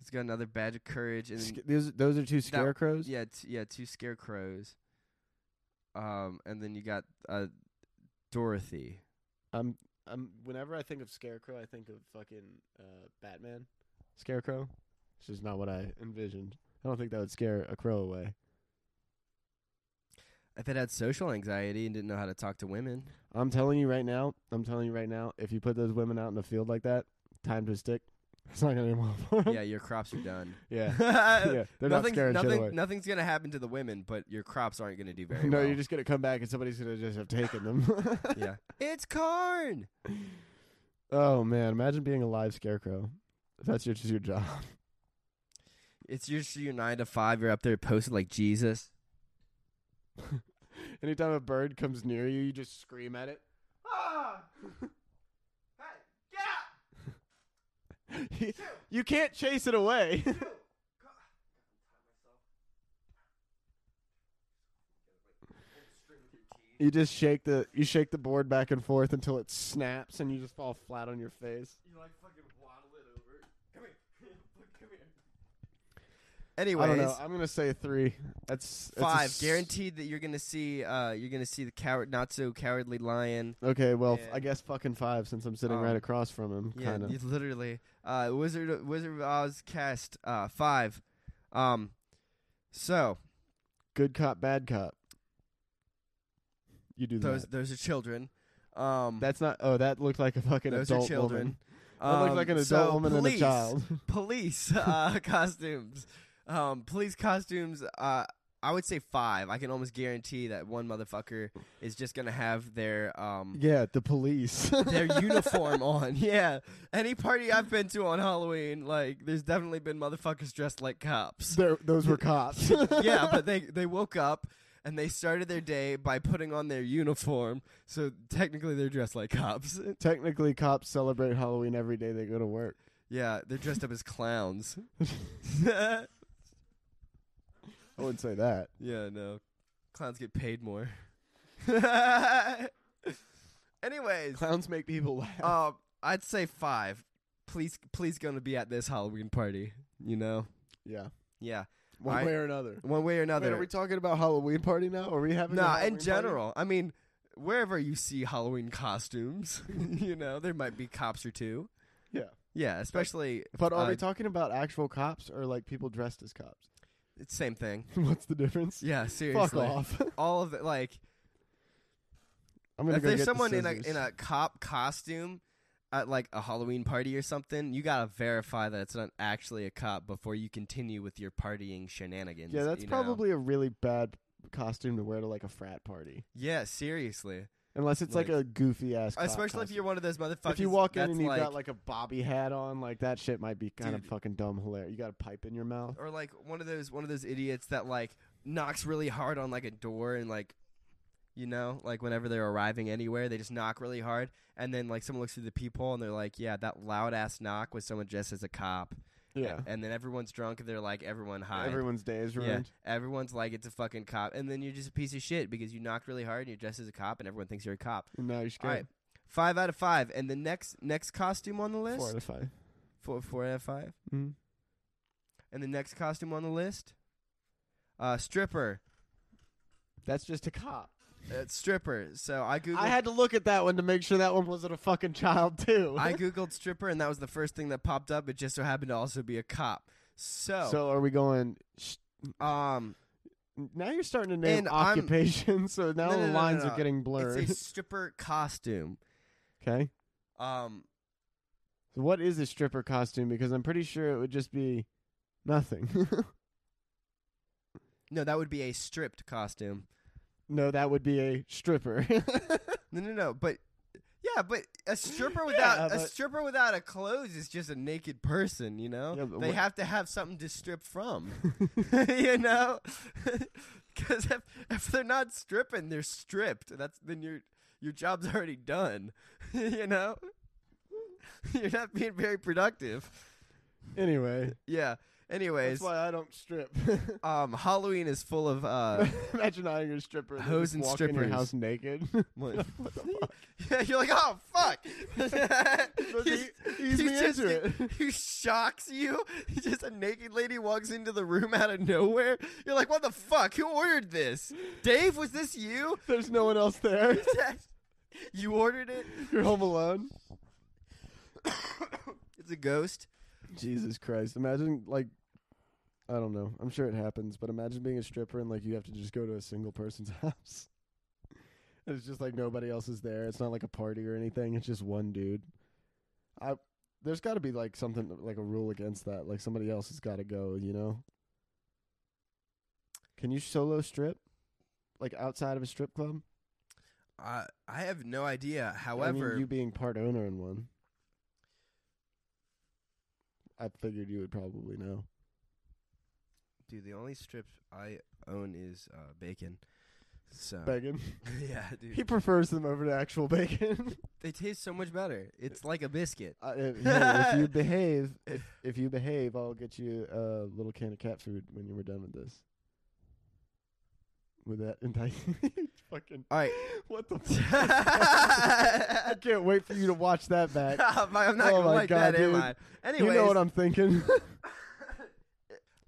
[SPEAKER 2] It's got another badge of courage, and then-
[SPEAKER 1] Sca- those those are two scarecrows.
[SPEAKER 2] yeah, t- yeah, two scarecrows. Um, and then you got uh, Dorothy.
[SPEAKER 1] I'm I'm. Um, Whenever I think of scarecrow, I think of fucking uh, Batman. Scarecrow. This is not what I envisioned. I don't think that would scare a crow away.
[SPEAKER 2] If it had social anxiety and didn't know how to talk to women,
[SPEAKER 1] I'm telling you right now. I'm telling you right now. If you put those women out in the field like that, timed to a stick, it's not gonna be well for 'em.
[SPEAKER 2] yeah, your crops are done.
[SPEAKER 1] yeah.
[SPEAKER 2] yeah,
[SPEAKER 1] Yeah, they're not
[SPEAKER 2] nothing,
[SPEAKER 1] scaring shit
[SPEAKER 2] nothing,
[SPEAKER 1] away.
[SPEAKER 2] nothing's gonna happen to the women, but your crops aren't gonna do very
[SPEAKER 1] no,
[SPEAKER 2] well.
[SPEAKER 1] you're just gonna come back and somebody's gonna just have taken them.
[SPEAKER 2] yeah. It's corn.
[SPEAKER 1] Oh man, imagine being a live scarecrow. If That's your just your job.
[SPEAKER 2] It's usually your nine to five. You're up there posted like Jesus.
[SPEAKER 1] Anytime a bird comes near you, you just scream at it. Ah! hey, get out! you can't chase it away. you just shake the you shake the board back and forth until it snaps and you just fall flat on your face.
[SPEAKER 2] Anyways,
[SPEAKER 1] I don't know. I'm gonna say three. That's it's a
[SPEAKER 2] five.
[SPEAKER 1] s-
[SPEAKER 2] Guaranteed that you're gonna see. Uh, you're gonna see the coward, not so cowardly lion.
[SPEAKER 1] Okay, well, f
[SPEAKER 2] Yeah.
[SPEAKER 1] I I guess fucking five since I'm sitting
[SPEAKER 2] Um,
[SPEAKER 1] right across from him.
[SPEAKER 2] Yeah,
[SPEAKER 1] kind of.
[SPEAKER 2] you literally. Uh, Wizard Wizard of Oz cast uh, five. Um, so
[SPEAKER 1] Good cop, bad cop. You do
[SPEAKER 2] those
[SPEAKER 1] that.
[SPEAKER 2] those are children. Um,
[SPEAKER 1] That's not. Oh, that looked like a fucking
[SPEAKER 2] those
[SPEAKER 1] adult
[SPEAKER 2] are children.
[SPEAKER 1] woman. That looked
[SPEAKER 2] Um,
[SPEAKER 1] like an adult
[SPEAKER 2] so
[SPEAKER 1] woman and a
[SPEAKER 2] police-
[SPEAKER 1] child.
[SPEAKER 2] police uh, costumes. Um, police costumes. Uh, I would say five. I can almost guarantee that one motherfucker is just gonna have their um
[SPEAKER 1] Yeah, the police.
[SPEAKER 2] their uniform on. Yeah, any party I've been to on Halloween, like there's definitely been motherfuckers dressed like cops.
[SPEAKER 1] They're- those were cops.
[SPEAKER 2] yeah, but they they woke up. And they started their day by putting on their uniform, so technically they're dressed like cops.
[SPEAKER 1] Technically, cops celebrate Halloween every day they go to work.
[SPEAKER 2] Yeah, they're dressed up as clowns.
[SPEAKER 1] I wouldn't say that.
[SPEAKER 2] Yeah, no. Clowns get paid more. Anyways,
[SPEAKER 1] Clowns make people laugh.
[SPEAKER 2] um, I'd say five. Please, please, gonna be at this Halloween party. You know.
[SPEAKER 1] yeah,
[SPEAKER 2] Yeah,
[SPEAKER 1] one
[SPEAKER 2] I-
[SPEAKER 1] way or another.
[SPEAKER 2] one way or
[SPEAKER 1] Wait,
[SPEAKER 2] another.
[SPEAKER 1] are we talking about Halloween party now? Are we having? a
[SPEAKER 2] nah,
[SPEAKER 1] Halloween
[SPEAKER 2] in
[SPEAKER 1] party?
[SPEAKER 2] general. I mean, wherever you see Halloween costumes, you know, there might be cops or two.
[SPEAKER 1] Yeah,
[SPEAKER 2] Yeah, especially.
[SPEAKER 1] but are
[SPEAKER 2] uh,
[SPEAKER 1] we talking about actual cops or like people dressed as cops?
[SPEAKER 2] it's same thing.
[SPEAKER 1] What's the difference?
[SPEAKER 2] Yeah, seriously.
[SPEAKER 1] Fuck off.
[SPEAKER 2] All of it, like.
[SPEAKER 1] I'm gonna
[SPEAKER 2] if
[SPEAKER 1] go
[SPEAKER 2] there's
[SPEAKER 1] get the
[SPEAKER 2] someone in a
[SPEAKER 1] scissors.
[SPEAKER 2] in a cop costume at like a Halloween party or something, you gotta verify that it's not actually a cop before you continue with your partying shenanigans.
[SPEAKER 1] yeah, that's
[SPEAKER 2] you know?
[SPEAKER 1] probably a really bad costume to wear to like a frat party,
[SPEAKER 2] yeah, seriously.
[SPEAKER 1] unless it's like,
[SPEAKER 2] Like-
[SPEAKER 1] a goofy ass. cop
[SPEAKER 2] Especially if
[SPEAKER 1] costume.
[SPEAKER 2] you're one of those motherfuckers.
[SPEAKER 1] If you walk in
[SPEAKER 2] that's
[SPEAKER 1] and you've
[SPEAKER 2] like,
[SPEAKER 1] got like a bobby hat on, like that shit might be kind of
[SPEAKER 2] Dude.
[SPEAKER 1] fucking dumb hilarious. You got a pipe in your mouth.
[SPEAKER 2] or like one of those one of those idiots that like knocks really hard on like a door and like you know like whenever they're arriving anywhere they just knock really hard and then like someone looks through the peephole and they're like yeah that loud ass knock was someone dressed as a cop
[SPEAKER 1] Yeah.
[SPEAKER 2] and then everyone's drunk and they're like everyone high
[SPEAKER 1] Everyone's day is
[SPEAKER 2] Yeah,
[SPEAKER 1] ruined.
[SPEAKER 2] everyone's like it's a fucking cop, and then you're just a piece of shit because you knocked really hard and you're dressed as a cop, and everyone thinks you're a cop.
[SPEAKER 1] And now you're
[SPEAKER 2] All right,
[SPEAKER 1] scared.
[SPEAKER 2] five out of five, and the next next costume on the list
[SPEAKER 1] Four out of five.
[SPEAKER 2] four, four out of five,
[SPEAKER 1] Mm.
[SPEAKER 2] and the next costume on the list, uh, stripper,
[SPEAKER 1] That's just a cop.
[SPEAKER 2] uh, stripper. So I googled
[SPEAKER 1] I had to look at that one to make sure that one wasn't a fucking child too.
[SPEAKER 2] I googled stripper, and that was the first thing that popped up. It just so happened to also be a cop. So,
[SPEAKER 1] so are we going? Sh-
[SPEAKER 2] um,
[SPEAKER 1] now you're starting to name
[SPEAKER 2] And I'm-
[SPEAKER 1] occupations. So now
[SPEAKER 2] No, no,
[SPEAKER 1] the
[SPEAKER 2] no, no,
[SPEAKER 1] lines
[SPEAKER 2] no.
[SPEAKER 1] are getting blurred.
[SPEAKER 2] it's a stripper costume.
[SPEAKER 1] okay.
[SPEAKER 2] Um,
[SPEAKER 1] So what is a stripper costume? Because I'm pretty sure it would just be nothing.
[SPEAKER 2] no, that would be a stripped costume.
[SPEAKER 1] no, that would be a stripper.
[SPEAKER 2] No, no, no. But yeah, but a stripper without
[SPEAKER 1] Yeah,
[SPEAKER 2] a
[SPEAKER 1] but-
[SPEAKER 2] stripper without a clothes is just a naked person. You know,
[SPEAKER 1] Yeah, but
[SPEAKER 2] they
[SPEAKER 1] what-
[SPEAKER 2] have to have something to strip from. you know, because if, if they're not stripping, they're stripped. That's then your your job's already done. you know, you're not being very productive.
[SPEAKER 1] anyway,
[SPEAKER 2] Yeah. Anyways,
[SPEAKER 1] that's why I don't strip.
[SPEAKER 2] um, Halloween is full of uh,
[SPEAKER 1] Imagine hiring a stripper. And they
[SPEAKER 2] Hoes
[SPEAKER 1] just
[SPEAKER 2] and
[SPEAKER 1] walk in
[SPEAKER 2] strippers.
[SPEAKER 1] your house naked.
[SPEAKER 2] What?
[SPEAKER 1] What the fuck?
[SPEAKER 2] yeah, you're like, oh fuck.
[SPEAKER 1] he- he's me into it.
[SPEAKER 2] He shocks you. He just a naked lady walks into the room out of nowhere. You're like, what the fuck? Who ordered this? Dave, was this you?
[SPEAKER 1] There's no one else there.
[SPEAKER 2] you ordered it.
[SPEAKER 1] You're home alone.
[SPEAKER 2] It's a ghost.
[SPEAKER 1] Jesus Christ. Imagine like I don't know. I'm sure it happens, but imagine being a stripper and like you have to just go to a single person's house. And it's just like nobody else is there. It's not like a party or anything. It's just one dude. I there's got to be like something like a rule against that. Like somebody else has got to go, you know. Can you solo strip? Like outside of a strip club?
[SPEAKER 2] Uh, I have no idea.
[SPEAKER 1] I
[SPEAKER 2] However,
[SPEAKER 1] mean, you being part owner in one. I figured you would probably know.
[SPEAKER 2] dude, the only strip I own is uh, bacon. So
[SPEAKER 1] Begging.
[SPEAKER 2] yeah, dude,
[SPEAKER 1] He prefers them over to actual bacon.
[SPEAKER 2] they taste so much better. It's like a biscuit.
[SPEAKER 1] I, uh, hey, if you behave, if, if you behave, I'll get you a little can of cat food when you were done with this. Would that entice you? Fucking.
[SPEAKER 2] All right,
[SPEAKER 1] What the? I
[SPEAKER 2] I'm
[SPEAKER 1] can't wait for you to watch that back.
[SPEAKER 2] not
[SPEAKER 1] Oh
[SPEAKER 2] gonna
[SPEAKER 1] my
[SPEAKER 2] like
[SPEAKER 1] God,
[SPEAKER 2] that, am
[SPEAKER 1] dude.
[SPEAKER 2] I?
[SPEAKER 1] You
[SPEAKER 2] Anyways,
[SPEAKER 1] know what I'm thinking.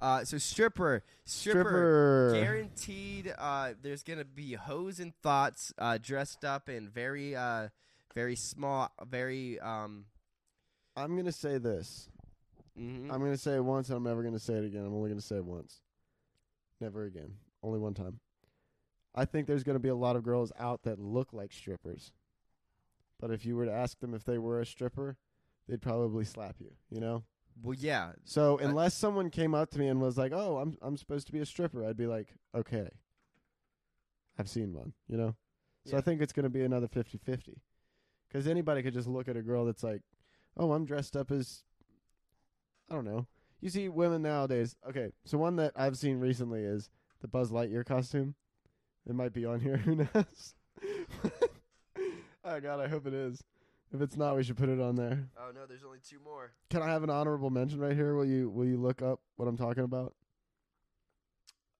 [SPEAKER 2] uh, so stripper, stripper,
[SPEAKER 1] Stripper.
[SPEAKER 2] guaranteed. Uh, there's gonna be hoes and thoughts uh, dressed up in very, uh, very small, very. Um,
[SPEAKER 1] I'm gonna say this.
[SPEAKER 2] mhm.
[SPEAKER 1] I'm gonna say it once, and I'm never gonna say it again. I'm only gonna say it once. Never again. Only one time. I think there's gonna be a lot of girls out that look like strippers, but if you were to ask them if they were a stripper, they'd probably slap you. You know.
[SPEAKER 2] well, yeah,
[SPEAKER 1] So unless someone came up to me and was like, "Oh, I'm I'm supposed to be a stripper," I'd be like, "Okay, I've seen one." You know. So
[SPEAKER 2] Yeah.
[SPEAKER 1] I think it's gonna be another 50-50. because anybody could just look at a girl that's like, "Oh, I'm dressed up as," I don't know. You see women nowadays. Okay, so one that I've seen recently is the Buzz Lightyear costume. It might be on here. Who knows? oh God, I hope it is. If it's not, we should put it on there.
[SPEAKER 2] Oh no, there's only two more.
[SPEAKER 1] Can I have an honorable mention right here? Will you will you look up what I'm talking about?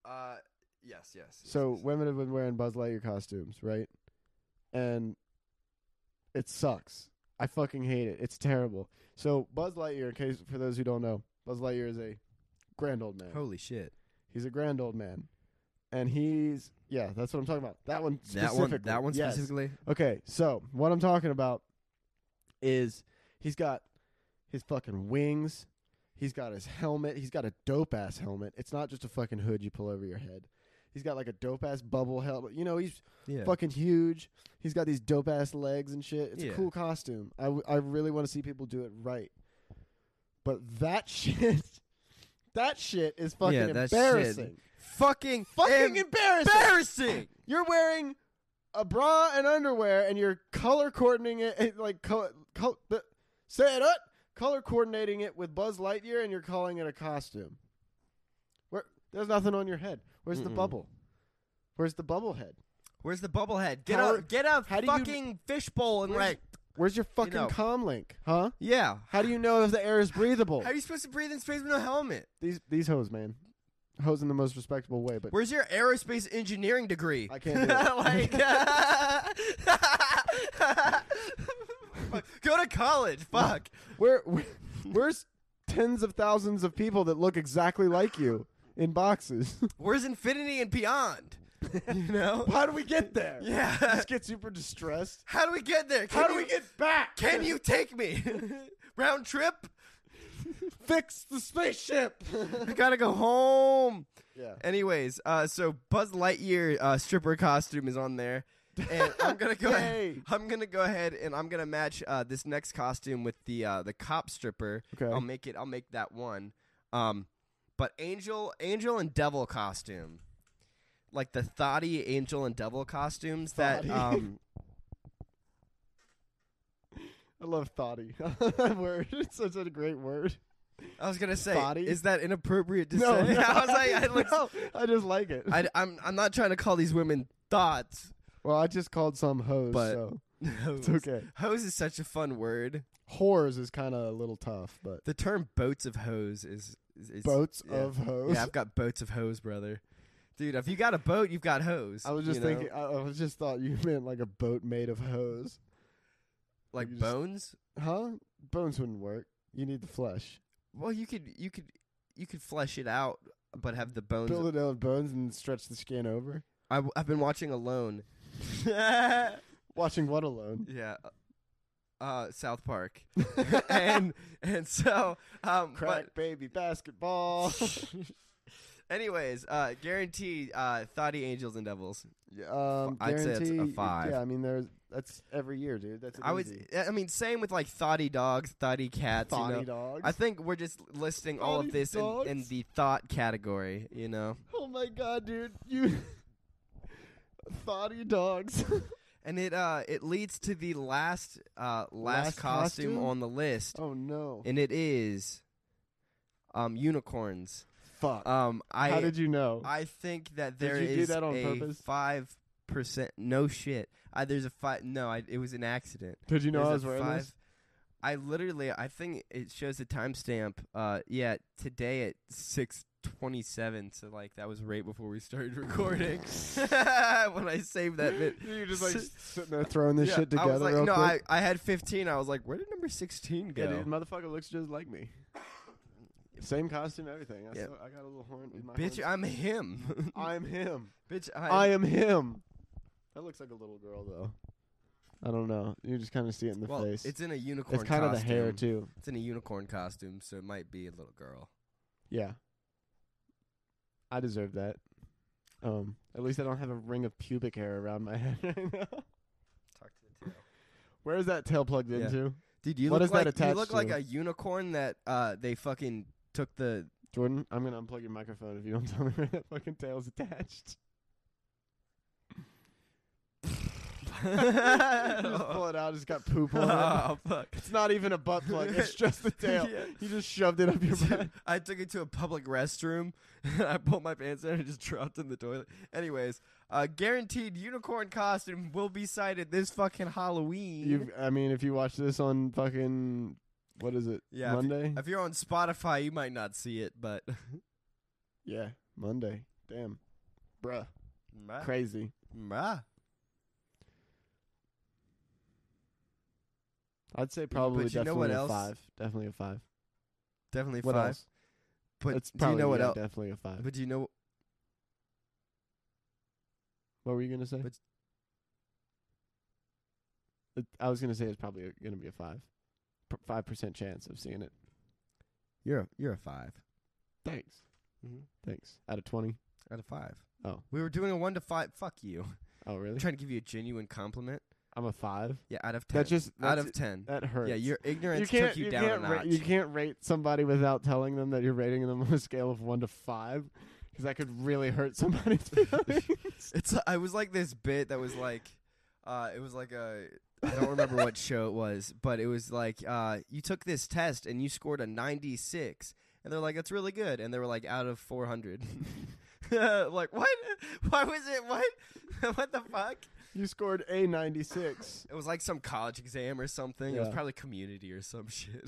[SPEAKER 2] Uh, yes, yes. yes,
[SPEAKER 1] So
[SPEAKER 2] yes.
[SPEAKER 1] women have been wearing Buzz Lightyear costumes, right? And it sucks. I fucking hate it. It's terrible. So Buzz Lightyear, in case for those who don't know, Buzz Lightyear is a grand old man.
[SPEAKER 2] holy shit,
[SPEAKER 1] He's a grand old man, and he's yeah. That's what I'm talking about. That one.
[SPEAKER 2] that one,
[SPEAKER 1] specifically.
[SPEAKER 2] that one
[SPEAKER 1] Yes.
[SPEAKER 2] specifically.
[SPEAKER 1] Okay, so what I'm talking about is he's got his fucking wings. He's got his helmet. He's got a dope ass helmet. It's not just a fucking hood you pull over your head. He's got like a dope ass bubble helmet. You know, he's
[SPEAKER 2] Yeah.
[SPEAKER 1] fucking huge. He's got these dope ass legs and shit. It's
[SPEAKER 2] Yeah.
[SPEAKER 1] a cool costume. I, w- I really want to see people do it right. But that shit, that shit is fucking
[SPEAKER 2] Yeah, that shit-
[SPEAKER 1] embarrassing.
[SPEAKER 2] Fucking,
[SPEAKER 1] Fucking embarrassing.
[SPEAKER 2] embarrassing.
[SPEAKER 1] You're wearing a bra and underwear, and you're color coordinating it, it like co- co- the, say it up, color coordinating it with Buzz Lightyear, and you're calling it a costume. Where there's nothing on your head. Where's the
[SPEAKER 2] Mm-mm.
[SPEAKER 1] bubble? Where's the bubble head?
[SPEAKER 2] Where's the bubblehead? Get
[SPEAKER 1] How-
[SPEAKER 2] a get a
[SPEAKER 1] how do you-
[SPEAKER 2] fucking fishbowl and
[SPEAKER 1] Where's-
[SPEAKER 2] like
[SPEAKER 1] Where's your fucking
[SPEAKER 2] know.
[SPEAKER 1] com link, huh?
[SPEAKER 2] yeah.
[SPEAKER 1] How do you know if the air is breathable?
[SPEAKER 2] How are you supposed to breathe in space with no helmet?
[SPEAKER 1] these these hoes, man, hoes in the most respectable way, but
[SPEAKER 2] Where's your aerospace engineering degree?
[SPEAKER 1] I can't do it.
[SPEAKER 2] like, Fuck, go to college. Fuck.
[SPEAKER 1] Where, where where's tens of thousands of people that look exactly like you in boxes?
[SPEAKER 2] Where's infinity and beyond? You know?
[SPEAKER 1] How do we get there?
[SPEAKER 2] yeah.
[SPEAKER 1] Just get super distressed.
[SPEAKER 2] How do we get there? Can
[SPEAKER 1] How do
[SPEAKER 2] you-
[SPEAKER 1] we get back?
[SPEAKER 2] Can you take me? Round trip?
[SPEAKER 1] fix the spaceship?
[SPEAKER 2] I gotta go home.
[SPEAKER 1] yeah.
[SPEAKER 2] Anyways, uh, so Buzz Lightyear uh, stripper costume is on there, and I'm gonna go. ahead,
[SPEAKER 1] Yay.
[SPEAKER 2] I'm gonna go ahead and I'm gonna match uh, this next costume with the uh, the cop stripper.
[SPEAKER 1] Okay.
[SPEAKER 2] I'll make it. I'll make that one. Um, but angel, angel and devil costume, like the thoughty angel and devil costumes that
[SPEAKER 1] Thoughty.
[SPEAKER 2] um,
[SPEAKER 1] I love thoughty. that word. It's such a great word.
[SPEAKER 2] I was gonna say.
[SPEAKER 1] Thoughty?
[SPEAKER 2] Is that inappropriate to say? I was like, I, looked-
[SPEAKER 1] No, I just like it.
[SPEAKER 2] I, I'm I'm not trying to call these women thoughts.
[SPEAKER 1] well, I just called some hoes,
[SPEAKER 2] But-
[SPEAKER 1] so
[SPEAKER 2] Hose.
[SPEAKER 1] it's okay.
[SPEAKER 2] Hose is such a fun word.
[SPEAKER 1] Whores is kind of a little tough, but
[SPEAKER 2] The term boats of hose is, is, is
[SPEAKER 1] boats
[SPEAKER 2] yeah.
[SPEAKER 1] of hoes.
[SPEAKER 2] Yeah, I've got boats of hose, brother. Dude, if you got a boat, you've got hose.
[SPEAKER 1] I was just
[SPEAKER 2] you know?
[SPEAKER 1] thinking. I, I was just thought you meant like a boat made of hose,
[SPEAKER 2] like
[SPEAKER 1] you just-
[SPEAKER 2] bones.
[SPEAKER 1] huh? Bones wouldn't work. You need the flesh.
[SPEAKER 2] Well, you could you could you could flesh it out, but have the bones.
[SPEAKER 1] Build it out of bones and stretch the skin over.
[SPEAKER 2] I, have been watching Alone. yeah,
[SPEAKER 1] Watching what alone?
[SPEAKER 2] uh, South Park, and and so um,
[SPEAKER 1] Crack baby basketball.
[SPEAKER 2] But, anyways, uh, guarantee uh, thoughty angels and devils.
[SPEAKER 1] Yeah, um,
[SPEAKER 2] I'd say it's a
[SPEAKER 1] guarantee-
[SPEAKER 2] five.
[SPEAKER 1] Yeah, I mean, there's that's every year, dude. That's an
[SPEAKER 2] I was.
[SPEAKER 1] easy.
[SPEAKER 2] I mean, same with like thoughty dogs, thoughty cats. you know?
[SPEAKER 1] Thotty dogs.
[SPEAKER 2] I think we're just listing all of
[SPEAKER 1] Thought
[SPEAKER 2] this in, in
[SPEAKER 1] dogs.
[SPEAKER 2] the thought category, you know.
[SPEAKER 1] oh my god, dude, you thotty dogs.
[SPEAKER 2] And it uh it leads to the last uh last,
[SPEAKER 1] Last
[SPEAKER 2] costume,
[SPEAKER 1] costume?
[SPEAKER 2] on the list,
[SPEAKER 1] oh no,
[SPEAKER 2] and it is um unicorns.
[SPEAKER 1] fuck.
[SPEAKER 2] Um I
[SPEAKER 1] How did you know?
[SPEAKER 2] I think that there
[SPEAKER 1] you
[SPEAKER 2] is
[SPEAKER 1] do that on
[SPEAKER 2] a
[SPEAKER 1] purpose?
[SPEAKER 2] five percent no shit. I, there's a five no, I, it was an accident.
[SPEAKER 1] did you know I
[SPEAKER 2] There's
[SPEAKER 1] was
[SPEAKER 2] a
[SPEAKER 1] wearing
[SPEAKER 2] five-
[SPEAKER 1] this?
[SPEAKER 2] I literally, I think it shows the timestamp. Uh, yeah, today at six twenty-seven. So like that was right before we started recording. when I saved that bit,
[SPEAKER 1] You're just like sitting there throwing this
[SPEAKER 2] Yeah,
[SPEAKER 1] shit together
[SPEAKER 2] I was like,
[SPEAKER 1] real
[SPEAKER 2] no,
[SPEAKER 1] quick.
[SPEAKER 2] I, I had fifteen. I was like, where did number sixteen go?
[SPEAKER 1] yeah, dude, motherfucker looks just like me. Same costume, everything. I,
[SPEAKER 2] Yeah.
[SPEAKER 1] still- I got a little horn in my.
[SPEAKER 2] Bitch,
[SPEAKER 1] horns.
[SPEAKER 2] I'm him.
[SPEAKER 1] I'm him.
[SPEAKER 2] Bitch,
[SPEAKER 1] I am
[SPEAKER 2] I'm,
[SPEAKER 1] him. That looks like a little girl though. I don't know. You just kind of see it in the
[SPEAKER 2] well,
[SPEAKER 1] face.
[SPEAKER 2] it's in a unicorn.
[SPEAKER 1] it's kind of the
[SPEAKER 2] costume.
[SPEAKER 1] hair too.
[SPEAKER 2] It's in a unicorn costume, so it might be a little girl.
[SPEAKER 1] Yeah. I deserve that. Um, at least I don't have a ring of pubic hair around my head right now.
[SPEAKER 2] Talk to the tail.
[SPEAKER 1] Where is that tail plugged
[SPEAKER 2] Yeah.
[SPEAKER 1] into?
[SPEAKER 2] Dude, you
[SPEAKER 1] What
[SPEAKER 2] look
[SPEAKER 1] is that
[SPEAKER 2] like you
[SPEAKER 1] attached
[SPEAKER 2] look like
[SPEAKER 1] to?
[SPEAKER 2] a unicorn that uh they fucking took the
[SPEAKER 1] Jordan, I'm gonna unplug your microphone if you don't tell me where that fucking tail's attached. You just pull it out. It's got poop on it.
[SPEAKER 2] oh fuck.
[SPEAKER 1] It's not even a butt plug. It's just the tail.
[SPEAKER 2] Yeah.
[SPEAKER 1] You just shoved it up your butt.
[SPEAKER 2] I took it to a public restroom. and I pulled my pants down and just dropped in the toilet. Anyways, uh, guaranteed unicorn costume will be sighted this fucking Halloween.
[SPEAKER 1] You, I mean, if you watch this on fucking what is it?
[SPEAKER 2] Yeah, if you-
[SPEAKER 1] Monday.
[SPEAKER 2] if you're on Spotify, you might not see it, but
[SPEAKER 1] yeah, Monday. Damn, bruh,
[SPEAKER 2] Mwah.
[SPEAKER 1] crazy.
[SPEAKER 2] Mwah.
[SPEAKER 1] I'd say
[SPEAKER 2] but
[SPEAKER 1] probably
[SPEAKER 2] you
[SPEAKER 1] definitely
[SPEAKER 2] know what
[SPEAKER 1] a
[SPEAKER 2] else?
[SPEAKER 1] five. Definitely a five.
[SPEAKER 2] definitely
[SPEAKER 1] What
[SPEAKER 2] five.
[SPEAKER 1] else?
[SPEAKER 2] But
[SPEAKER 1] It's
[SPEAKER 2] do
[SPEAKER 1] probably
[SPEAKER 2] you know what
[SPEAKER 1] yeah,
[SPEAKER 2] else?
[SPEAKER 1] Definitely a five.
[SPEAKER 2] But do you know?
[SPEAKER 1] what were you gonna say?
[SPEAKER 2] but-
[SPEAKER 1] It- I was gonna say it's probably a- gonna be a five. Five percent chance of seeing it.
[SPEAKER 2] You're a, you're a 5
[SPEAKER 1] Thanks.
[SPEAKER 2] Mm-hmm.
[SPEAKER 1] Thanks. Out of twenty.
[SPEAKER 2] Out of five.
[SPEAKER 1] Oh.
[SPEAKER 2] we were doing a one to five. Fuck you.
[SPEAKER 1] Oh
[SPEAKER 2] I'm
[SPEAKER 1] really?
[SPEAKER 2] trying to give you a genuine compliment.
[SPEAKER 1] I'm a five.
[SPEAKER 2] Yeah, out of ten.
[SPEAKER 1] That just
[SPEAKER 2] out
[SPEAKER 1] that's-
[SPEAKER 2] of ten.
[SPEAKER 1] that hurts.
[SPEAKER 2] Yeah, your
[SPEAKER 1] you
[SPEAKER 2] ignorance
[SPEAKER 1] can't
[SPEAKER 2] took you,
[SPEAKER 1] you
[SPEAKER 2] down
[SPEAKER 1] can't
[SPEAKER 2] a
[SPEAKER 1] ra-
[SPEAKER 2] notch.
[SPEAKER 1] you can't rate somebody without telling them that you're rating them on a scale of one to five, because that could really hurt somebody's feelings.
[SPEAKER 2] It's I was like this bit that was like, uh, it was like a I don't remember what show it was, but it was like uh, you took this test and you scored a ninety six, and they're like that's really good, and they were like out of four hundred. like what? Why was it what? what the fuck?
[SPEAKER 1] you scored a ninety six.
[SPEAKER 2] It was like some college exam or something. It was
[SPEAKER 1] Yeah.
[SPEAKER 2] probably community or some shit.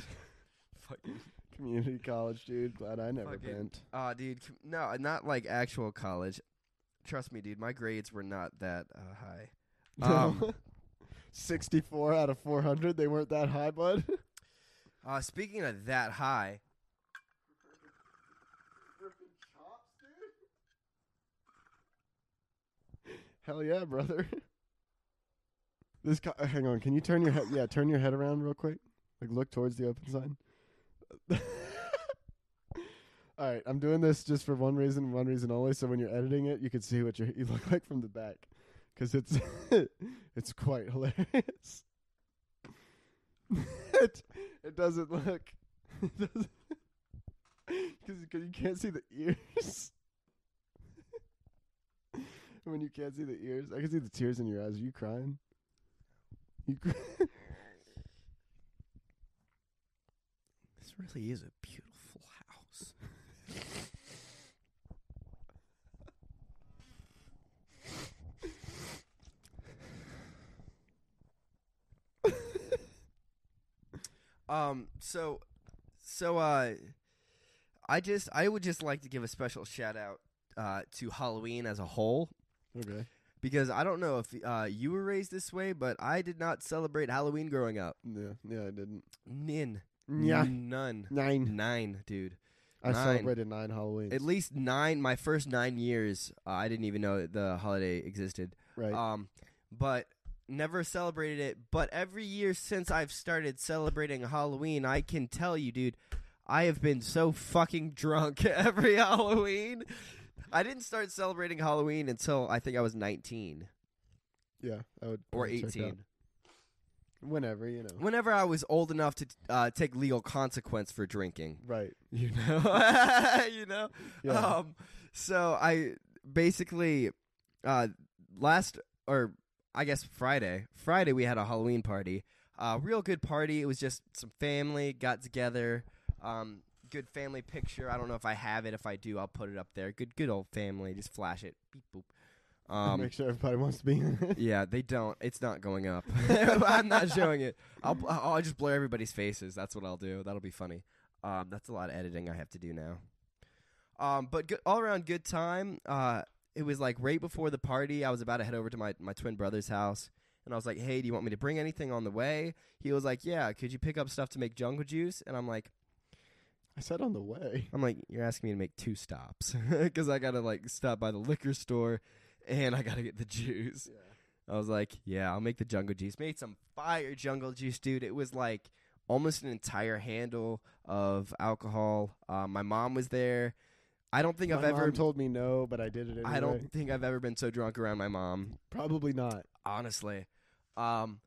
[SPEAKER 2] Fucking
[SPEAKER 1] Community college, dude. Glad I never
[SPEAKER 2] Fucking-
[SPEAKER 1] went.
[SPEAKER 2] Ah, dude, com- no, not like actual college. Trust me, dude. My grades were not that uh, high. Um,
[SPEAKER 1] Sixty four out of four hundred. They weren't that high, bud.
[SPEAKER 2] Uh, speaking of that high,
[SPEAKER 1] Hell yeah, brother. This co- uh, hang on. Can you turn your head? Yeah, turn your head around real quick. Like look towards the open sign. All right, I'm doing this just for one reason, one reason only. So when you're editing it, you can see what you're, you look like from the back, because it's it's quite hilarious. it, it doesn't look, it doesn't, because you can't see the ears. when you can't see the ears, I can see the tears in your eyes. Are you crying? You cry-
[SPEAKER 2] this really is a beautiful house. um. So, so uh, I just I would just like to give a special shout out uh to Halloween as a whole
[SPEAKER 1] okay.
[SPEAKER 2] because I don't know if uh you were raised this way, but I did not celebrate Halloween growing up.
[SPEAKER 1] Yeah. Yeah, I didn't.
[SPEAKER 2] Nin.
[SPEAKER 1] Yeah.
[SPEAKER 2] None.
[SPEAKER 1] Nine.
[SPEAKER 2] Nine, dude.
[SPEAKER 1] I
[SPEAKER 2] Mm. Nine.
[SPEAKER 1] celebrated nine Halloweens.
[SPEAKER 2] At least nine. My first nine years, uh, I didn't even know the holiday existed.
[SPEAKER 1] right.
[SPEAKER 2] Um, but never celebrated it. But every year since I've started celebrating Halloween, I can tell you, dude, I have been so fucking drunk every Halloween. I didn't start celebrating Halloween until I think I was nineteen
[SPEAKER 1] yeah, I would.
[SPEAKER 2] or
[SPEAKER 1] probably check that.
[SPEAKER 2] eighteen.
[SPEAKER 1] Whenever you know.
[SPEAKER 2] Whenever I was old enough to uh, take legal consequence for drinking.
[SPEAKER 1] right.
[SPEAKER 2] you know you know
[SPEAKER 1] Yeah.
[SPEAKER 2] um so i basically uh last or i guess friday friday we had a halloween party uh real good party it was just some family got together um good family picture i don't know if i have it if i do i'll put it up there good good old family just flash it beep boop um
[SPEAKER 1] Make sure everybody wants to be in it.
[SPEAKER 2] yeah, they don't. It's not going up. I'm not showing it. I'll, I'll just blur everybody's faces. That's what I'll do. That'll be funny. Um, that's a lot of editing I have to do now. Um, but good, all around good time. Uh, it was like right before the party. I was about to head over to my, my twin brother's house, and I was like, "Hey, do you want me to bring anything on the way?" He was like, "Yeah, could you pick up stuff to make jungle juice?" And I'm like,
[SPEAKER 1] I said on the way.
[SPEAKER 2] I'm like, you're asking me to make two stops because I gotta like stop by the liquor store, and I gotta get the juice. I was like, yeah, I'll make the jungle juice. Made some fire jungle juice, dude. It was like almost an entire handle of alcohol. Uh, my mom was there. I don't think
[SPEAKER 1] My
[SPEAKER 2] I've ever.
[SPEAKER 1] mom told me no, but I did it anyway.
[SPEAKER 2] I don't think I've ever been so drunk around my mom,
[SPEAKER 1] Probably not.
[SPEAKER 2] honestly. Um,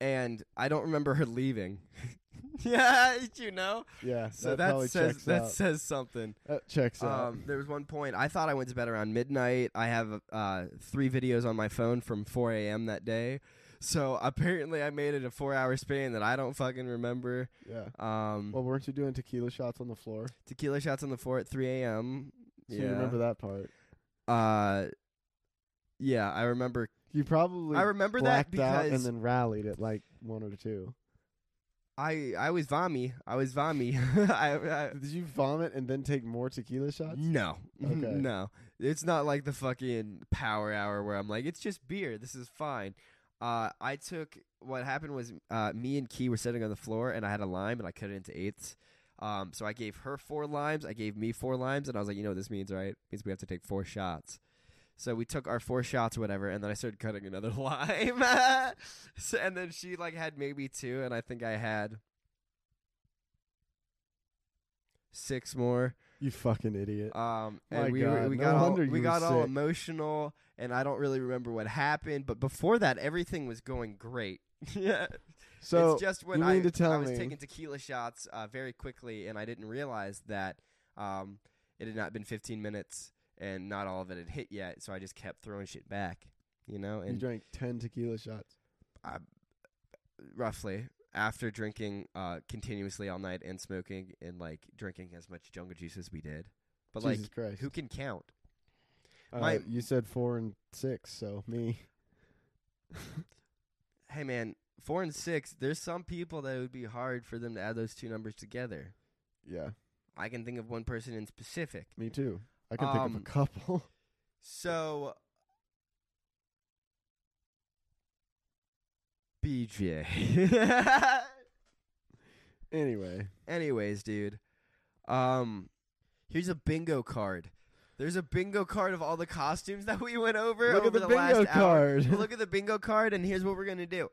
[SPEAKER 2] and I don't remember her leaving. yeah, you know.
[SPEAKER 1] Yeah.
[SPEAKER 2] So
[SPEAKER 1] that,
[SPEAKER 2] that,
[SPEAKER 1] probably
[SPEAKER 2] says
[SPEAKER 1] checks
[SPEAKER 2] that
[SPEAKER 1] out.
[SPEAKER 2] says something.
[SPEAKER 1] that checks out.
[SPEAKER 2] Um, there was one point I thought I went to bed around midnight. I have uh, three videos on my phone from 4 a.m. that day, So apparently, I made it a four-hour span that I don't fucking remember.
[SPEAKER 1] Yeah.
[SPEAKER 2] Um,
[SPEAKER 1] Well, weren't you doing tequila shots on the floor?
[SPEAKER 2] tequila shots on the floor at 3 a.m.
[SPEAKER 1] So
[SPEAKER 2] yeah.
[SPEAKER 1] you remember that part.
[SPEAKER 2] Uh, yeah, I remember.
[SPEAKER 1] You probably
[SPEAKER 2] I remember that
[SPEAKER 1] blacked out
[SPEAKER 2] because
[SPEAKER 1] and then rallied at like one or two.
[SPEAKER 2] I I was vomi. I was vomi. I, I
[SPEAKER 1] Did you vomit and then take more tequila shots?
[SPEAKER 2] No.
[SPEAKER 1] Okay.
[SPEAKER 2] No. It's not like the fucking power hour where I'm like, it's just beer. This is fine. Uh, I took what happened was uh, me and Key were sitting on the floor and I had a lime and I cut it into eighths. Um, so I gave her four limes. I gave me four limes. And I was like, you know what this means, right? It means we have to take four shots. So we took our four shots, or whatever, and then I started cutting another lime. so, and then she like had maybe two, and I think I had six more.
[SPEAKER 1] You fucking idiot.
[SPEAKER 2] Um,
[SPEAKER 1] My
[SPEAKER 2] and we,
[SPEAKER 1] God,
[SPEAKER 2] were- we
[SPEAKER 1] no
[SPEAKER 2] got all,
[SPEAKER 1] wonder you
[SPEAKER 2] we
[SPEAKER 1] were
[SPEAKER 2] got all
[SPEAKER 1] sick.
[SPEAKER 2] emotional, and I don't really remember what happened. But before that, everything was going great. yeah,
[SPEAKER 1] so
[SPEAKER 2] it's just when
[SPEAKER 1] you
[SPEAKER 2] I,
[SPEAKER 1] mean to tell
[SPEAKER 2] I was
[SPEAKER 1] me-
[SPEAKER 2] taking tequila shots uh, very quickly, and I didn't realize that um, it had not been 15 minutes, and not all of it had hit yet. So I just kept throwing shit back, you know,
[SPEAKER 1] you
[SPEAKER 2] and
[SPEAKER 1] drank ten tequila shots.
[SPEAKER 2] roughly after drinking uh, continuously all night and smoking and like drinking as much jungle juice as we did. But
[SPEAKER 1] Jesus
[SPEAKER 2] like,
[SPEAKER 1] Christ!
[SPEAKER 2] who can count?
[SPEAKER 1] Uh,
[SPEAKER 2] my-
[SPEAKER 1] you said four and six, so me.
[SPEAKER 2] hey man, four and six, there's some people that it would be hard for them to add those two numbers together.
[SPEAKER 1] Yeah,
[SPEAKER 2] I can think of one person in specific.
[SPEAKER 1] me too. I can think of
[SPEAKER 2] Um,
[SPEAKER 1] a couple.
[SPEAKER 2] So BJ.
[SPEAKER 1] anyway,
[SPEAKER 2] Anyways, dude. Um here's a bingo card. There's a bingo card of all the costumes that we went over
[SPEAKER 1] look
[SPEAKER 2] over
[SPEAKER 1] at the, bingo
[SPEAKER 2] last hour.
[SPEAKER 1] card.
[SPEAKER 2] Well, look at the bingo card, and here's what we're gonna do.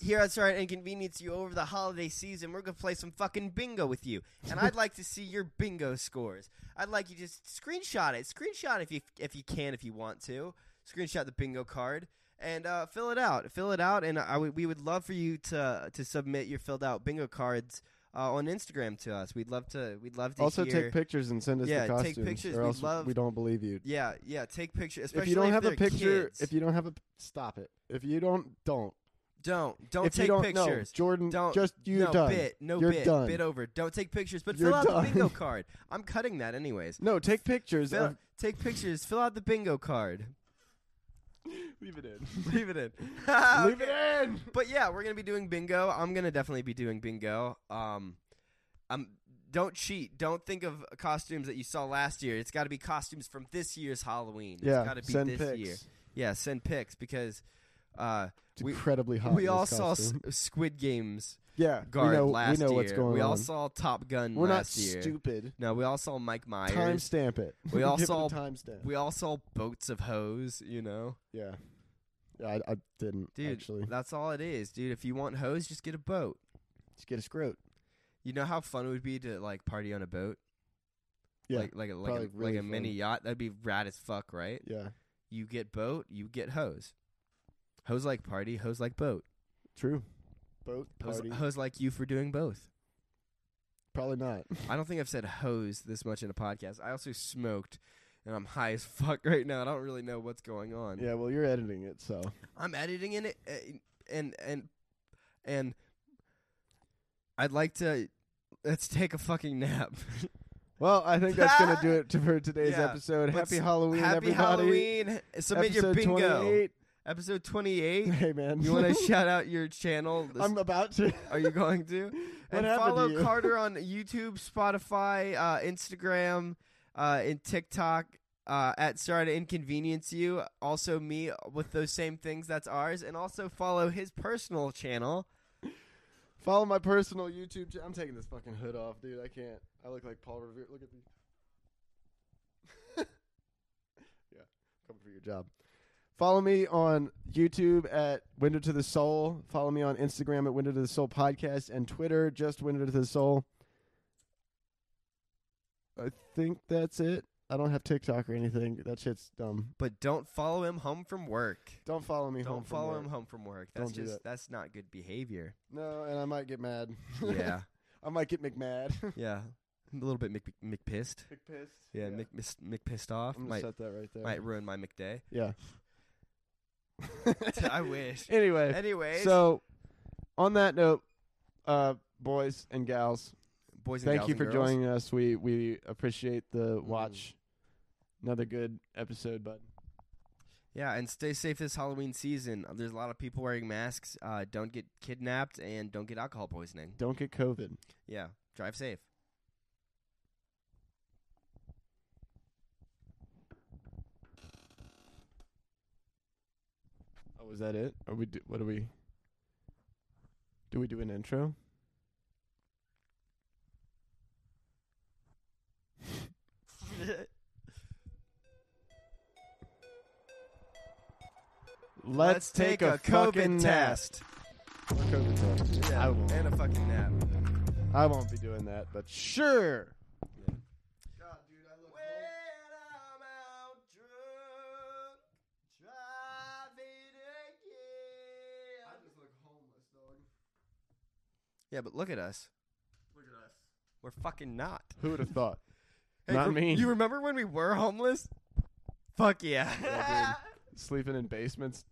[SPEAKER 2] Here at Sorry to Inconvenience You over the holiday season, we're gonna play some fucking bingo with you, and I'd like to see your bingo scores. I'd like you to just screenshot it, screenshot if you if you can, if you want to, screenshot the bingo card and uh, fill it out, fill it out, and I would we would love for you to to submit your filled out bingo cards uh, on Instagram to us. We'd love to, we'd love to
[SPEAKER 1] also,
[SPEAKER 2] hear.
[SPEAKER 1] take pictures and send us
[SPEAKER 2] Yeah,
[SPEAKER 1] the
[SPEAKER 2] take
[SPEAKER 1] costumes,
[SPEAKER 2] pictures.
[SPEAKER 1] or
[SPEAKER 2] We'd
[SPEAKER 1] else
[SPEAKER 2] love-
[SPEAKER 1] we don't believe you.
[SPEAKER 2] yeah, yeah, take pictures. Especially
[SPEAKER 1] if you don't have a
[SPEAKER 2] they're
[SPEAKER 1] picture,
[SPEAKER 2] kids.
[SPEAKER 1] if you don't have a stop it. If you don't, don't.
[SPEAKER 2] don't don't
[SPEAKER 1] if
[SPEAKER 2] take
[SPEAKER 1] you don't, no,
[SPEAKER 2] pictures.
[SPEAKER 1] Jordan,
[SPEAKER 2] Don't-
[SPEAKER 1] just you
[SPEAKER 2] no
[SPEAKER 1] done.
[SPEAKER 2] bit, no
[SPEAKER 1] You're
[SPEAKER 2] bit,
[SPEAKER 1] done.
[SPEAKER 2] bit over. Don't take pictures, but
[SPEAKER 1] You're
[SPEAKER 2] fill out
[SPEAKER 1] done.
[SPEAKER 2] the bingo card. I'm cutting that anyways.
[SPEAKER 1] No, take pictures.
[SPEAKER 2] Fill,
[SPEAKER 1] Of,
[SPEAKER 2] take pictures. Fill out the bingo card.
[SPEAKER 1] leave it in.
[SPEAKER 2] Leave it in.
[SPEAKER 1] Leave
[SPEAKER 2] Okay.
[SPEAKER 1] it in.
[SPEAKER 2] But yeah, we're gonna be doing bingo. I'm gonna definitely be doing bingo. Um, um, don't cheat. Don't think of costumes that you saw last year. It's got to be costumes from this year's Halloween.
[SPEAKER 1] Yeah,
[SPEAKER 2] it's got to be
[SPEAKER 1] send
[SPEAKER 2] this
[SPEAKER 1] pics.
[SPEAKER 2] year. Yeah, send pics because uh,
[SPEAKER 1] It's
[SPEAKER 2] We-
[SPEAKER 1] incredibly hot. in
[SPEAKER 2] we
[SPEAKER 1] this
[SPEAKER 2] all saw s-
[SPEAKER 1] costume.
[SPEAKER 2] Squid Games
[SPEAKER 1] yeah,
[SPEAKER 2] guard
[SPEAKER 1] we know,
[SPEAKER 2] last
[SPEAKER 1] we know
[SPEAKER 2] year.
[SPEAKER 1] what's going
[SPEAKER 2] we
[SPEAKER 1] on.
[SPEAKER 2] all saw Top Gun
[SPEAKER 1] We're not
[SPEAKER 2] last year.
[SPEAKER 1] stupid.
[SPEAKER 2] No, we all saw Mike Myers.
[SPEAKER 1] Timestamp it.
[SPEAKER 2] We all
[SPEAKER 1] Give it a
[SPEAKER 2] saw-
[SPEAKER 1] timestamp.
[SPEAKER 2] We all saw boats of hose, you know?
[SPEAKER 1] yeah, yeah. I, I didn't
[SPEAKER 2] Dude,
[SPEAKER 1] actually.
[SPEAKER 2] that's all it is, dude. If you want hose, just get a boat.
[SPEAKER 1] Just get a scrote.
[SPEAKER 2] You know how fun it would be to like party on a boat?
[SPEAKER 1] Yeah,
[SPEAKER 2] Like like a, like, a,
[SPEAKER 1] probably
[SPEAKER 2] like
[SPEAKER 1] really
[SPEAKER 2] a mini
[SPEAKER 1] fun.
[SPEAKER 2] yacht. That'd be rad as fuck, right?
[SPEAKER 1] Yeah,
[SPEAKER 2] You get boat, you get hose. Hose like party, hose like boat.
[SPEAKER 1] true. Boat
[SPEAKER 2] Hose,
[SPEAKER 1] party.
[SPEAKER 2] hose like you for doing both.
[SPEAKER 1] Probably not.
[SPEAKER 2] I don't think I've said hose this much in a podcast. I also smoked and I'm high as fuck right now. I don't really know what's going on.
[SPEAKER 1] Yeah, well, you're editing it, so
[SPEAKER 2] I'm editing in it, uh, and and and I'd like to let's take a fucking nap.
[SPEAKER 1] well, I think that's gonna do it to- for today's
[SPEAKER 2] Yeah.
[SPEAKER 1] episode.
[SPEAKER 2] Let's-
[SPEAKER 1] Happy Halloween,
[SPEAKER 2] Happy
[SPEAKER 1] everybody!
[SPEAKER 2] Halloween! Submit your
[SPEAKER 1] Episode
[SPEAKER 2] bingo.
[SPEAKER 1] 28.
[SPEAKER 2] Episode twenty-eight.
[SPEAKER 1] Hey, man,
[SPEAKER 2] You want to shout out your channel? This-
[SPEAKER 1] I'm about to.
[SPEAKER 2] are you going to?
[SPEAKER 1] What happened
[SPEAKER 2] and
[SPEAKER 1] to
[SPEAKER 2] follow
[SPEAKER 1] you?
[SPEAKER 2] Carter on YouTube, Spotify, uh, Instagram, uh, and TikTok. Uh, at sorry to inconvenience you. Also me with those same things. That's ours. And also follow his personal channel.
[SPEAKER 1] Follow my personal YouTube. Ch- I'm taking this fucking hood off, dude. I can't. I look like Paul Revere. Look at me. yeah, coming for your job. Follow me on YouTube at Window to the Soul. Follow me on Instagram at Window to the Soul Podcast and Twitter just Window to the Soul. I think that's it. I don't have TikTok or anything. That shit's dumb.
[SPEAKER 2] but don't follow him home from work.
[SPEAKER 1] Don't follow me home.
[SPEAKER 2] Don't
[SPEAKER 1] from
[SPEAKER 2] follow
[SPEAKER 1] work.
[SPEAKER 2] him home from work. That's
[SPEAKER 1] Don't do
[SPEAKER 2] just
[SPEAKER 1] that.
[SPEAKER 2] that's not good behavior.
[SPEAKER 1] No, and I might get mad.
[SPEAKER 2] Yeah,
[SPEAKER 1] I might get McMad.
[SPEAKER 2] yeah, a little bit Mc, McPissed.
[SPEAKER 1] McPissed.
[SPEAKER 2] Yeah, Mc, mis- McPissed off
[SPEAKER 1] I'm gonna
[SPEAKER 2] might
[SPEAKER 1] set that right there.
[SPEAKER 2] might ruin my McDay.
[SPEAKER 1] Yeah.
[SPEAKER 2] I wish.
[SPEAKER 1] anyway,
[SPEAKER 2] Anyways,
[SPEAKER 1] so on that note, uh, boys and gals,
[SPEAKER 2] boys and
[SPEAKER 1] thank
[SPEAKER 2] gals
[SPEAKER 1] you
[SPEAKER 2] and
[SPEAKER 1] for
[SPEAKER 2] girls. Mm-hmm.
[SPEAKER 1] joining us. We we appreciate the watch. Another good episode, bud.
[SPEAKER 2] Yeah, and stay safe this Halloween season. Uh, There's a lot of people wearing masks. Uh, don't get kidnapped and don't get alcohol poisoning.
[SPEAKER 1] Don't get COVID.
[SPEAKER 2] Yeah, drive safe.
[SPEAKER 1] Oh, is that it? Are we? Do, what do we? Do we do an intro? Let's take a fucking test. Or COVID test.
[SPEAKER 2] Yeah,
[SPEAKER 1] I won't.
[SPEAKER 2] and a fucking nap.
[SPEAKER 1] I won't be doing that, but sure.
[SPEAKER 2] God, dude, I look When I'm out drunk, driving again. I just look homeless, dog. Yeah, but look at us. Look at us. We're fucking not.
[SPEAKER 1] Who would have thought? Not
[SPEAKER 2] re-
[SPEAKER 1] me.
[SPEAKER 2] You remember when we were homeless? Fuck yeah.
[SPEAKER 1] Yeah, Sleeping in basements,